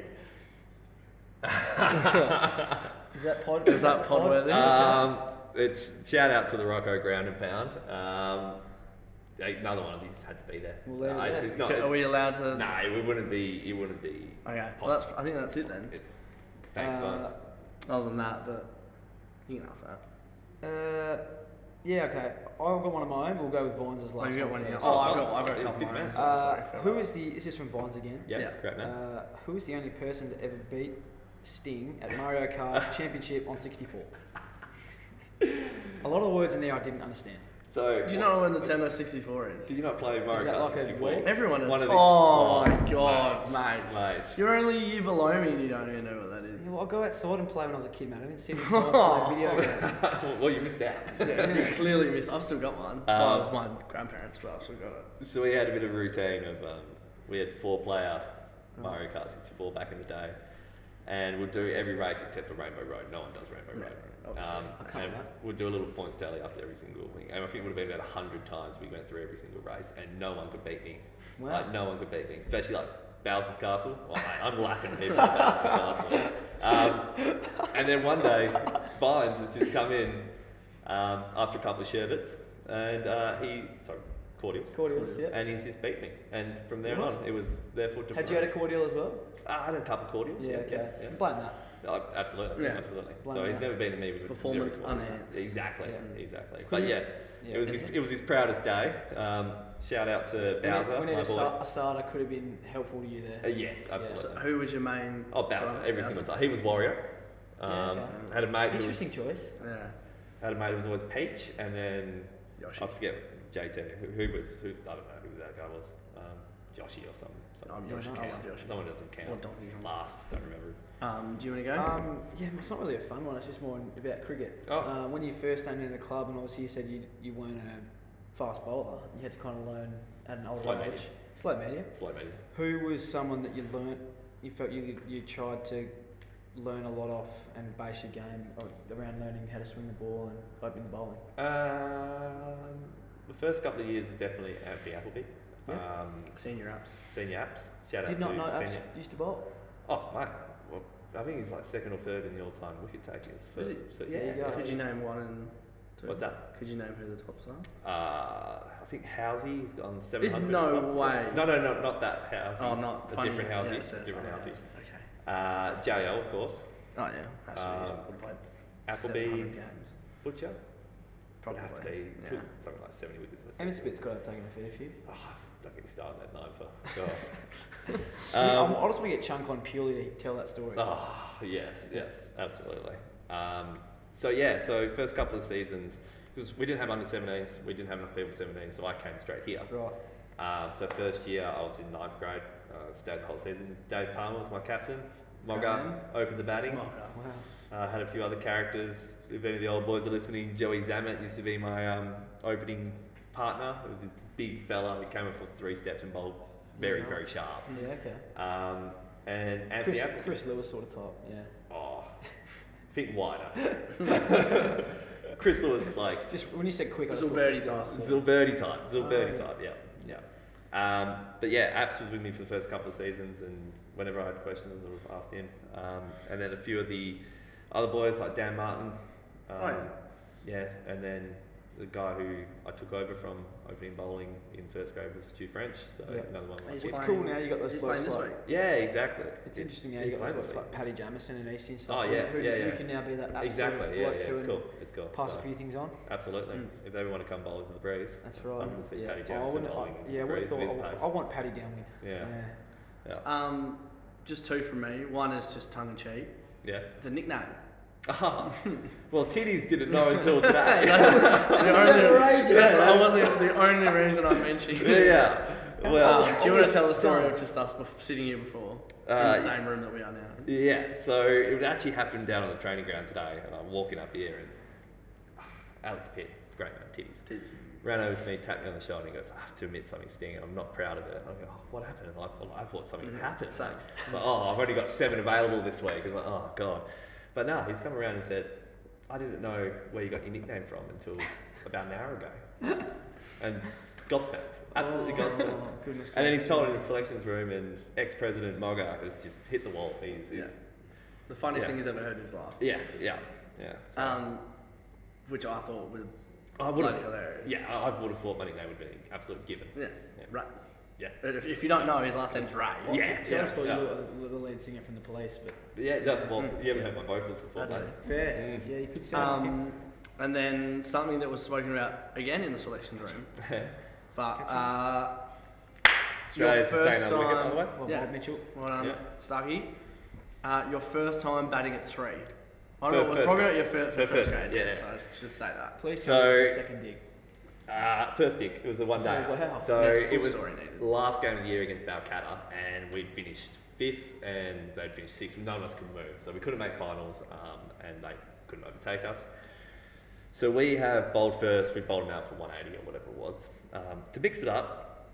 Speaker 2: Is that pod?
Speaker 1: Is that pod worthy?
Speaker 3: Um, it's shout out to the Rocco Ground and Pound. Um, another one of these had to be there.
Speaker 2: We'll leave it
Speaker 3: Uh, it's,
Speaker 2: there.
Speaker 3: it's not.
Speaker 1: Are we
Speaker 3: It's,
Speaker 1: allowed to?
Speaker 3: no, it wouldn't be. It wouldn't be.
Speaker 1: Okay. Well, that's. I think that's it then.
Speaker 3: It's thanks,
Speaker 2: Uh,
Speaker 3: guys.
Speaker 1: Other than that, but you can ask that.
Speaker 2: Uh, yeah. Okay. I've got one of mine. We'll go with Vines as
Speaker 1: Oh,
Speaker 2: last.
Speaker 1: you got
Speaker 2: one
Speaker 1: one here.
Speaker 2: first.
Speaker 1: Oh, I've got. I've got a
Speaker 3: Yeah,
Speaker 1: couple.
Speaker 3: big
Speaker 1: of
Speaker 3: man.
Speaker 1: mine, so-
Speaker 2: Uh,
Speaker 1: sorry, fair
Speaker 2: who
Speaker 1: enough.
Speaker 2: is the? Is this from Vines again?
Speaker 3: Yeah,
Speaker 1: yeah.
Speaker 3: great man.
Speaker 2: Uh, who is the only person to ever beat Sting at Mario Kart Championship on 64? a lot of the words in there I didn't understand.
Speaker 3: so
Speaker 1: Do you know when the Nintendo 64 is?
Speaker 3: Do you not play Mario
Speaker 2: Is that
Speaker 3: Kart
Speaker 2: like a
Speaker 3: 64?
Speaker 2: wheel?
Speaker 1: Everyone is.
Speaker 3: One of the-
Speaker 1: oh my god, mate.
Speaker 3: Mate.
Speaker 1: You're only a year below me and you don't even know what that is.
Speaker 2: Yeah, well, I go outside and play when I was a kid, man. I didn't sit inside and play video games.
Speaker 3: well, you missed out.
Speaker 1: Yeah, you clearly missed. I've still got
Speaker 3: Um,
Speaker 1: one. oh, it was my grandparents, but I've still got it.
Speaker 3: So we had a bit of a routine of um, we had four player Mario Kart 64 back in the day, and we'll do every race except for Rainbow Road. No one does Rainbow
Speaker 1: No,
Speaker 3: Road.
Speaker 1: obviously.
Speaker 3: Um,
Speaker 2: I can't
Speaker 3: and
Speaker 2: remember.
Speaker 3: we'll do a little points tally after every single thing. And I think it would have been about 100 times we went through every single race, and no one could beat me.
Speaker 2: Wow.
Speaker 3: Like, no one could beat me, especially like Bowser's Castle. Well, I, I'm laughing people at Bowser's Castle. Um, and then one day, Vines has just come in um, after a couple of sherbets, and uh, he, sorry, cordials.
Speaker 2: Cordials, yeah.
Speaker 3: And he's just beat me. And from there
Speaker 2: What?
Speaker 3: on, it was therefore different.
Speaker 2: Had you had a cordial as well?
Speaker 3: Ah, I had a couple of cordials.
Speaker 2: Yeah,
Speaker 3: Yeah,
Speaker 2: okay.
Speaker 3: yeah,
Speaker 2: Blame that.
Speaker 3: yeah. Oh, absolutely,
Speaker 1: Yeah.
Speaker 3: absolutely.
Speaker 2: Blame
Speaker 3: so he's
Speaker 2: that.
Speaker 3: never been to me with a
Speaker 1: Performance
Speaker 3: zero cordials.
Speaker 1: enhanced.
Speaker 3: Exactly,
Speaker 2: Yeah.
Speaker 3: exactly.
Speaker 1: Cool.
Speaker 3: But yeah,
Speaker 2: Yeah.
Speaker 3: it was his, it was his proudest day. Um, shout out to
Speaker 2: we need,
Speaker 3: Bowser,
Speaker 2: we
Speaker 3: my
Speaker 2: need a,
Speaker 3: boy.
Speaker 2: sa- a Sada could have been helpful to you there.
Speaker 3: Uh, yes,
Speaker 1: So
Speaker 3: absolutely.
Speaker 1: who was your main?
Speaker 3: Oh, Bowser,
Speaker 1: driver?
Speaker 3: every single time. He was warrior.
Speaker 2: Yeah,
Speaker 3: Um,
Speaker 2: okay.
Speaker 3: Had a mate who was
Speaker 2: Interesting choice.
Speaker 1: Yeah.
Speaker 3: had a mate who was always Peach, and then
Speaker 1: Yoshi.
Speaker 3: I forget JT who, who was who I don't know who that guy was. Um, Yoshi or something. something.
Speaker 1: I'm
Speaker 2: Yeah,
Speaker 1: Yoshi.
Speaker 2: no,
Speaker 1: Count.
Speaker 2: I love
Speaker 1: Yoshi.
Speaker 3: Someone doesn't count.
Speaker 1: Or Donkey
Speaker 3: Last, don't remember.
Speaker 1: Um, do you want to go?
Speaker 2: Um, yeah, it's not really a fun one. It's just more about cricket.
Speaker 3: Oh.
Speaker 2: Uh, when you first came into the club, and obviously you said you, you weren't a fast bowler, you had to kind of learn at an older
Speaker 3: Slow
Speaker 2: age.
Speaker 3: medium.
Speaker 2: Slow medium.
Speaker 3: Slow medium.
Speaker 2: Who was someone that you learnt, you felt you, you tried to learn a lot off and base your game around learning how to swing the ball and open the bowling?
Speaker 3: Um, the first couple of years was definitely Anthony Appleby.
Speaker 2: Yeah.
Speaker 3: Um,
Speaker 1: Senior apps.
Speaker 3: senior apps. Shout out
Speaker 2: Did
Speaker 3: to
Speaker 2: not know
Speaker 3: senior.
Speaker 2: Abs used to bowl.
Speaker 3: Oh, mate. Well, I think he's like second or third in the all-time wicket takers. For,
Speaker 1: Is it?
Speaker 3: so-
Speaker 2: Yeah,
Speaker 1: Yeah.
Speaker 2: yeah.
Speaker 1: Could you name one and two?
Speaker 3: What's that?
Speaker 1: Could you name who the tops are?
Speaker 3: Uh, I think Housey has gone 700.
Speaker 1: no
Speaker 3: or something.
Speaker 1: way.
Speaker 3: No, no, no, not that Housey.
Speaker 1: Oh, not
Speaker 3: a
Speaker 1: funny.
Speaker 3: different
Speaker 1: Yeah,
Speaker 3: Housey.
Speaker 1: it says-
Speaker 3: different
Speaker 1: oh,
Speaker 3: Housey.
Speaker 1: Okay.
Speaker 3: Uh, JL, of course.
Speaker 1: Oh yeah. Actually, he's
Speaker 3: Um,
Speaker 1: probably played
Speaker 3: Appleby.
Speaker 1: 700 games.
Speaker 3: Butcher.
Speaker 1: Probably.
Speaker 3: Would have to be
Speaker 1: Yeah.
Speaker 3: took something like 70 wickets. in a
Speaker 2: Emmett
Speaker 3: season.
Speaker 2: Spitt's got to have taken a fair few.
Speaker 3: Oh, don't get me started on that nine for God.
Speaker 2: Um,
Speaker 3: Um,
Speaker 2: I just want to get Chunk on purely to tell that story.
Speaker 3: Oh, yes, yes, absolutely. Um, so yeah, so first couple of seasons, because we didn't have under 17s, we didn't have enough people 17s, so I came straight here.
Speaker 2: Right.
Speaker 3: Um, so first year, I was in ninth grade, uh, stayed the whole season. Dave Palmer was my captain. Mogger
Speaker 1: Captain.
Speaker 3: opened the batting.
Speaker 1: Well,
Speaker 2: Wow.
Speaker 3: Uh, had a few other characters. If any of the old boys are listening, Joey Zammett used to be my um, opening partner. It was this big fella who came up for three steps and bowled very,
Speaker 2: Yeah.
Speaker 3: very sharp.
Speaker 2: Yeah, okay.
Speaker 3: Um, and
Speaker 2: Chris,
Speaker 3: Anthony Apple-
Speaker 2: Chris Lewis sort of type, yeah.
Speaker 3: Oh, think wider. Crystal is like
Speaker 2: Just when you said quick, I just thought
Speaker 1: Zilberti
Speaker 2: Chris Lewis.
Speaker 1: type.
Speaker 3: Zilberti type. Zilberti
Speaker 2: Oh.
Speaker 3: type. Yeah, yeah. Um, but yeah, Apps was with me for the first couple of seasons, and whenever I had questions, I would ask him. Um, and then a few of the other boys like Dan Martin. Um,
Speaker 1: Oh,
Speaker 3: yeah. and then the guy who I took over from opening bowling in first grade was Stu French. So
Speaker 2: Yeah.
Speaker 3: another one. of my
Speaker 1: He's
Speaker 3: kids.
Speaker 2: It's
Speaker 1: playing-
Speaker 2: cool now you got those
Speaker 1: He's
Speaker 2: blokes
Speaker 1: playing this
Speaker 2: like-
Speaker 1: week.
Speaker 3: Yeah, exactly.
Speaker 2: It's
Speaker 3: It-
Speaker 2: interesting how
Speaker 3: he's
Speaker 2: you got
Speaker 3: playing
Speaker 2: those blokes
Speaker 3: this
Speaker 2: like Paddy Jamison and Easton and stuff.
Speaker 3: Oh, yeah,
Speaker 2: who,
Speaker 3: yeah,
Speaker 2: You
Speaker 3: yeah.
Speaker 2: can now be that
Speaker 3: week.
Speaker 2: absolute
Speaker 3: Exactly. Yeah,
Speaker 2: bloke
Speaker 3: yeah,
Speaker 2: to
Speaker 3: it's
Speaker 2: and
Speaker 3: cool. It's cool.
Speaker 2: pass
Speaker 3: So-
Speaker 2: a few things on.
Speaker 3: Absolutely.
Speaker 1: Mm.
Speaker 3: If they want to come bowl into the breeze,
Speaker 2: That's
Speaker 3: I'm
Speaker 2: right.
Speaker 3: going to see
Speaker 2: yeah.
Speaker 3: Paddy
Speaker 2: I
Speaker 3: Jamison
Speaker 2: wouldn't- I-
Speaker 3: bowling into
Speaker 2: yeah, I
Speaker 3: the
Speaker 2: would've
Speaker 3: breeze
Speaker 2: thought
Speaker 3: with his
Speaker 2: I,
Speaker 3: pace.
Speaker 2: I want Paddy downwind.
Speaker 3: Yeah. Yeah.
Speaker 1: Um, just two from me. One is just tongue in cheek.
Speaker 3: Yeah.
Speaker 1: The nickname.
Speaker 3: Ah, well, titties didn't know until today.
Speaker 1: The only,
Speaker 3: outrageous.
Speaker 1: that was the- the only reason I'm mentioning.
Speaker 3: yeah, yeah. Well,
Speaker 1: Um, do you want to tell the story of just us bef- sitting here before in
Speaker 3: Uh,
Speaker 1: the same room that we are now? in?
Speaker 3: yeah. So it actually happened down on the training ground today, and I'm walking up here, and ah, Alex Pitt, great man, titties,
Speaker 1: Jeez.
Speaker 3: ran over to me, tapped me on the shoulder, and goes, "I have to admit something's stinging. I'm not proud of it." And I go, oh, "What happened?" And I, well, I thought something happened.
Speaker 1: Mm-hmm. Same.
Speaker 3: It's like, oh, I've only got seven available this week. It's like, oh god. But no, he's come around and said, I didn't know where you got your nickname from until about an hour ago. and gobsmacked, absolutely gobsmacked.
Speaker 2: Oh, goodness
Speaker 3: And then he's
Speaker 2: gracious.
Speaker 3: told in the selections room, and ex-president Mogger has just hit the wall. He's, he's
Speaker 1: The funniest
Speaker 3: Yeah.
Speaker 1: thing he's ever heard is laugh.
Speaker 3: yeah, yeah, yeah. So
Speaker 1: Um, which I thought was
Speaker 3: I would
Speaker 1: bloody
Speaker 3: have,
Speaker 1: hilarious.
Speaker 3: yeah, I, I would have thought my nickname would be an absolute given.
Speaker 1: Yeah.
Speaker 3: Yeah.
Speaker 1: Right.
Speaker 3: Yeah,
Speaker 1: But If, if you don't know, his last name's Ray.
Speaker 3: yeah,
Speaker 2: See, I
Speaker 3: yeah.
Speaker 2: just thought
Speaker 3: yeah.
Speaker 2: you were the- the lead singer from the police, but
Speaker 3: But yeah, no, well, you haven't heard my vocals before,
Speaker 1: Mm. That's
Speaker 3: mate.
Speaker 1: it.
Speaker 3: Mm.
Speaker 2: fair. Yeah, you could sound like
Speaker 1: Um, and then something that was spoken about again in the selection room, but uh,
Speaker 3: Australia sustained
Speaker 1: first
Speaker 3: on the wicket, by
Speaker 1: time-
Speaker 3: the way.
Speaker 2: it. Well,
Speaker 1: yeah.
Speaker 2: Bob Mitchell.
Speaker 1: well done,
Speaker 3: Yeah.
Speaker 1: Starkey, uh, your first time batting at three. I
Speaker 3: For
Speaker 1: don't know,
Speaker 3: first
Speaker 1: probably not
Speaker 3: grade.
Speaker 1: your fir- for
Speaker 3: For
Speaker 1: first,
Speaker 3: first
Speaker 1: grade,
Speaker 3: grade, yeah.
Speaker 1: yeah, so I should state that.
Speaker 2: Please
Speaker 3: So-
Speaker 2: tell me it's your second dig.
Speaker 3: Uh, first dig. It was a one day.
Speaker 2: Oh, wow.
Speaker 3: So
Speaker 1: That's full
Speaker 3: it was
Speaker 1: story needed.
Speaker 3: last game of the year against Balcatta, and we'd finished fifth, and they'd finished sixth. None of us could move, so we couldn't make finals, um, and they couldn't overtake us. So we have bowled first. We bowled them out for 180 or whatever it was. Um, to mix it up,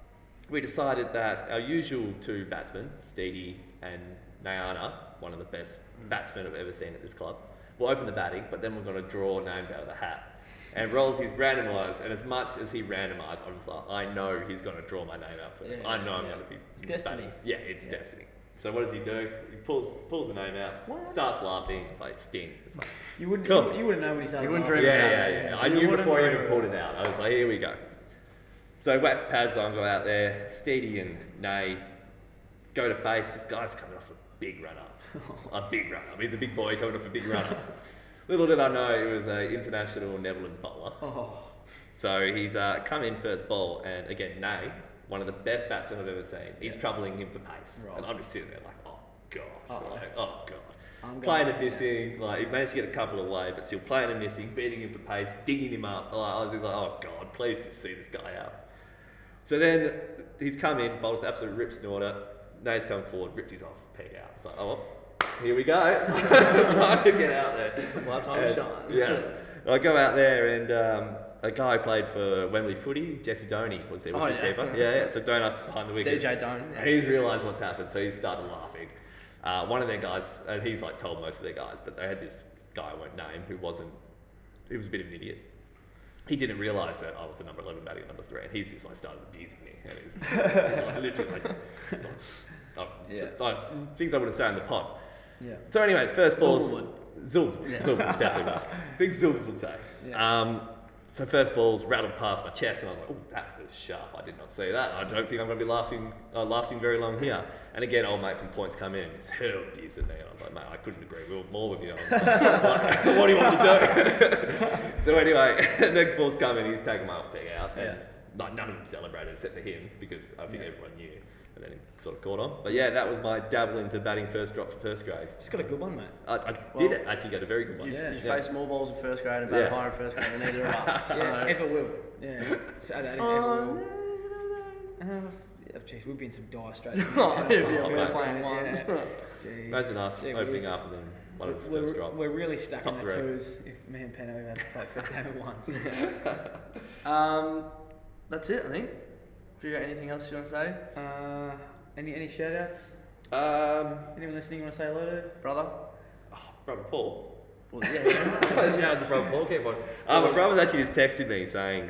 Speaker 3: we decided that our usual two batsmen, Steedy and Nayana, one of the best batsmen I've ever seen at this club, will open the batting, but then we're going to draw names out of the hat. And rolls his randomised, and as much as he randomised, I'm just like, I know he's going to draw my name out first.
Speaker 2: Yeah,
Speaker 3: I know I'm
Speaker 2: yeah.
Speaker 3: going to be
Speaker 2: It's destiny.
Speaker 3: batting. Yeah, it's destiny. So what does he do? He pulls pulls the name out,
Speaker 2: What?
Speaker 3: starts laughing. It's like sting. It's like
Speaker 2: You wouldn't,
Speaker 3: Cool.
Speaker 2: you, you wouldn't know when he's out.
Speaker 1: You wouldn't
Speaker 3: yeah,
Speaker 1: dream
Speaker 3: Oh, yeah,
Speaker 1: it out.
Speaker 3: yeah, I
Speaker 1: You
Speaker 3: knew
Speaker 1: wouldn't
Speaker 3: before I
Speaker 1: dream
Speaker 3: even
Speaker 1: it
Speaker 3: pulled it out. I was like, here we go. So whack the pads on, go out there. Steedy and Nay go to face. This guy's coming off a big run up. a big run up. He's a big boy coming off a big run up. Little did I know it was an international Netherlands bowler.
Speaker 2: Oh,
Speaker 3: So he's uh, come in first bowl, and again, Nay, one of the best batsmen I've ever seen, he's troubling him for pace.
Speaker 2: Right.
Speaker 3: And I'm just sitting there like, oh gosh,
Speaker 2: Uh-oh.
Speaker 3: like, oh god.
Speaker 2: I'm
Speaker 3: playing
Speaker 2: going-
Speaker 3: and missing, like he managed to get a couple away, but still playing and missing, beating him for pace, digging him up. Like, I was just like, oh god, please just see this guy out. So then he's come in, Bolt's absolute rips Norder. Nate's come forward, ripped his off, peg out. It's like, oh, well, here we go. Time to get out there.
Speaker 1: My time
Speaker 3: And-
Speaker 1: shines.
Speaker 3: Yeah. I go out there and um, a guy who played for Wembley Footy, Jesse Doney, was their
Speaker 1: Oh,
Speaker 3: wicketkeeper.
Speaker 1: yeah.
Speaker 3: yeah. yeah, So Donut's behind the wicket.
Speaker 1: DJ Don, yeah.
Speaker 3: He's realised what's happened, so he started laughing. Uh, one of their guys, and he's like told most of their guys, but they had this guy I won't name who wasn't, he was a bit of an idiot. He didn't realise that I was the number 11 batting at number three, and he's just like started abusing me. And he's like, literally like, like,
Speaker 2: Yeah.
Speaker 3: like, things I wouldn't say in the pod.
Speaker 2: Yeah.
Speaker 3: So anyway, first balls.
Speaker 1: Zul's
Speaker 3: Zul's would. Zul's would, definitely would. Big Zul's would say.
Speaker 2: Yeah.
Speaker 3: Um, so first balls rattled past my chest, and I was like, "Oh, that was sharp. I did not see that. I don't think I'm going to be laughing, uh, lasting very long here." And again, old mate from points come in and just hurled abuse at me, and I was like, "Mate, I couldn't agree with- more with you." I'm Like, what do you want me to do? so anyway, next ball's coming, he's taking my off peg out, and like none of them celebrated except for him because I think
Speaker 2: Yeah.
Speaker 3: everyone knew, and then he sort of caught on. But yeah, that was my dabble into batting first drop for first grade.
Speaker 2: She's got a good one, mate.
Speaker 3: I, I
Speaker 1: Well,
Speaker 3: did actually get a very good one.
Speaker 1: You,
Speaker 2: Yeah.
Speaker 1: you
Speaker 3: Yeah.
Speaker 1: face more balls in first grade and bat
Speaker 3: Yeah.
Speaker 1: higher in first grade than either of us. So. Oh,
Speaker 2: Yeah, ever will. Yeah. So add that in,
Speaker 3: Oh,
Speaker 2: ever will. Uh, yeah, Jeez, we've been some dire straits.
Speaker 1: Oh, if you're
Speaker 3: First
Speaker 1: playing one.
Speaker 2: Yeah. Jeez.
Speaker 3: Imagine us
Speaker 2: Yeah, we
Speaker 3: opening
Speaker 2: was-
Speaker 3: up and then one of us
Speaker 2: We're,
Speaker 3: first drop.
Speaker 2: we're really stuck in
Speaker 3: Top
Speaker 2: the
Speaker 3: three.
Speaker 2: twos if me and Peno even have to play for a game at once.
Speaker 1: Um, that's it, I think. If you got anything else you want to say,
Speaker 2: Uh, any any shout outs?
Speaker 3: Um,
Speaker 2: Anyone listening you want to say hello to?
Speaker 1: brother.
Speaker 3: oh, brother Paul.
Speaker 1: Well, yeah.
Speaker 3: Shout out to brother Paul. Keep on. Uh, my brother's actually just texted me saying,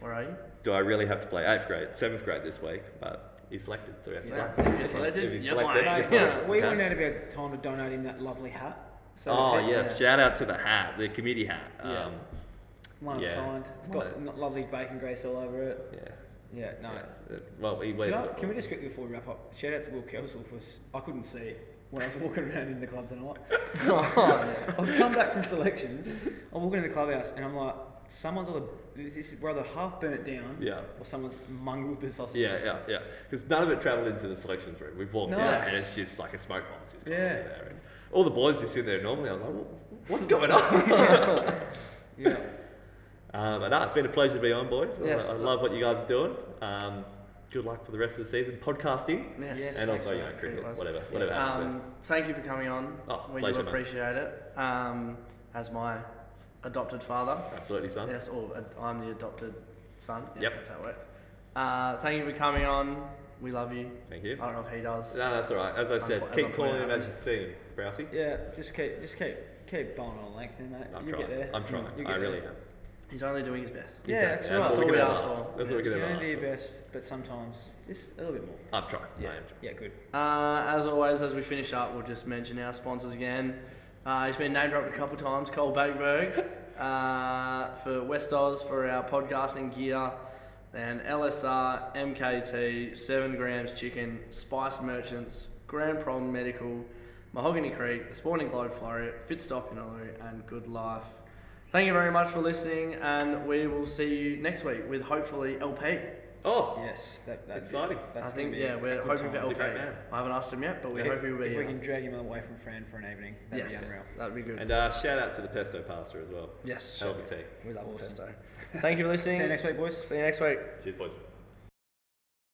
Speaker 1: Where are you?
Speaker 3: "Do I really have to play eighth grade, seventh grade this week?" But he's selected, so he has to
Speaker 1: Yeah.
Speaker 3: play.
Speaker 1: If you're selected,
Speaker 3: If he's
Speaker 1: you're
Speaker 3: selected,
Speaker 1: playing.
Speaker 3: you're
Speaker 2: Yeah,
Speaker 3: playing.
Speaker 2: we
Speaker 3: Okay.
Speaker 2: went out of our time to donate him that lovely hat. So
Speaker 3: Oh
Speaker 2: he-
Speaker 3: yes,
Speaker 2: yeah,
Speaker 3: shout out to the hat, the committee hat. Um,
Speaker 2: Yeah. one of
Speaker 3: yeah.
Speaker 2: a kind. It's got n- lovely bacon grease all over it.
Speaker 3: yeah.
Speaker 2: Yeah, no.
Speaker 3: yeah. Uh, Well, he wears
Speaker 2: Can, I,
Speaker 3: it.
Speaker 2: can we just quickly before we wrap up? Shout out to Will Kelsall for s- I couldn't see it when I was walking around in the club tonight. I've come back from selections. I'm walking in the clubhouse and I'm like, someone's either this is we're either half burnt down,
Speaker 3: Yeah.
Speaker 2: or someone's mungled the sausage.
Speaker 3: Yeah, yeah, yeah. Because none of it travelled into the selection room. We've walked out
Speaker 2: Nice.
Speaker 3: and it's just like a smoke bomb's just gone
Speaker 2: Yeah.
Speaker 3: yeah. there. And all the boys just sit there normally. I was like, "Wha- what's going on?
Speaker 2: yeah.
Speaker 3: um, but no, it's been a pleasure to be on, boys. I-
Speaker 1: Yes.
Speaker 3: I, love what you guys are doing. Um, good luck for the rest of the season, podcasting,
Speaker 1: Yes.
Speaker 2: Yes.
Speaker 3: and
Speaker 2: thanks,
Speaker 3: also you know
Speaker 2: mate.
Speaker 3: cricket,
Speaker 1: Likewise.
Speaker 3: whatever, whatever happens.
Speaker 1: Um, thank you for coming on.
Speaker 3: Oh,
Speaker 1: we
Speaker 3: pleasure,
Speaker 1: do
Speaker 3: mate.
Speaker 1: appreciate it. Um, as my adopted father.
Speaker 3: there. Absolutely, son.
Speaker 1: Yes, or ad- I'm the adopted son. Yeah,
Speaker 3: Yep.
Speaker 1: That's how it works. Uh, thank you for coming on. We love you.
Speaker 3: Thank
Speaker 1: I
Speaker 3: you.
Speaker 1: don't know if he does.
Speaker 3: No, that's all right. As I said,
Speaker 1: as I'm
Speaker 3: keep calling
Speaker 1: pointing
Speaker 3: him
Speaker 1: out.
Speaker 3: as you see him, Browsy.
Speaker 2: Yeah, just keep just keep keep bowling on length there, mate.
Speaker 3: I'm
Speaker 2: you
Speaker 3: trying.
Speaker 2: get there.
Speaker 3: I'm trying.
Speaker 2: You
Speaker 3: I
Speaker 2: get
Speaker 3: really
Speaker 2: there.
Speaker 3: am.
Speaker 1: He's only doing his best.
Speaker 2: Yeah,
Speaker 3: Exactly.
Speaker 2: that's right.
Speaker 3: all we
Speaker 1: That's
Speaker 3: can
Speaker 1: all we
Speaker 3: ever
Speaker 1: ask
Speaker 3: ask.
Speaker 1: for.
Speaker 3: That's all we
Speaker 2: You
Speaker 3: can ever
Speaker 2: know, do
Speaker 3: ask.
Speaker 2: your
Speaker 3: for.
Speaker 2: best, but sometimes just a little bit more.
Speaker 3: I'm trying. I am
Speaker 2: Yeah, good.
Speaker 1: Uh, as always, as we finish up, we'll just mention our sponsors again. Uh, he's been name dropped a couple times, Cole Bagberg, uh, for West Oz for our podcasting gear, and LSR, MKT, Seven Grams Chicken, Spice Merchants, Grand Problem Medical, Mahogany Creek, The Sporting Globe Florida, Fitstop in Olu, and Good Life. Thank you very much for listening, and we will see you next week with hopefully LP.
Speaker 3: trying. Oh,
Speaker 2: Yes, that, that,
Speaker 3: Exciting.
Speaker 2: That's
Speaker 1: I
Speaker 2: gonna
Speaker 1: think,
Speaker 2: be
Speaker 1: yeah,
Speaker 2: a
Speaker 1: we're
Speaker 2: good
Speaker 1: hoping for
Speaker 2: time.
Speaker 1: LP.
Speaker 3: great man.
Speaker 1: I haven't asked him yet, but we
Speaker 3: If-
Speaker 1: hope he'll be
Speaker 2: If
Speaker 1: here.
Speaker 2: we can drag him away from Fran for an evening, that'd
Speaker 1: Yes,
Speaker 2: be unreal.
Speaker 1: that'd be good.
Speaker 3: and uh, shout out to the pesto pasta as well.
Speaker 1: yes,
Speaker 3: Hell of a tea.
Speaker 1: we love
Speaker 2: Awesome.
Speaker 1: pesto. Thank you for listening.
Speaker 2: See you next week, boys.
Speaker 1: See you next week.
Speaker 3: Cheers, boys.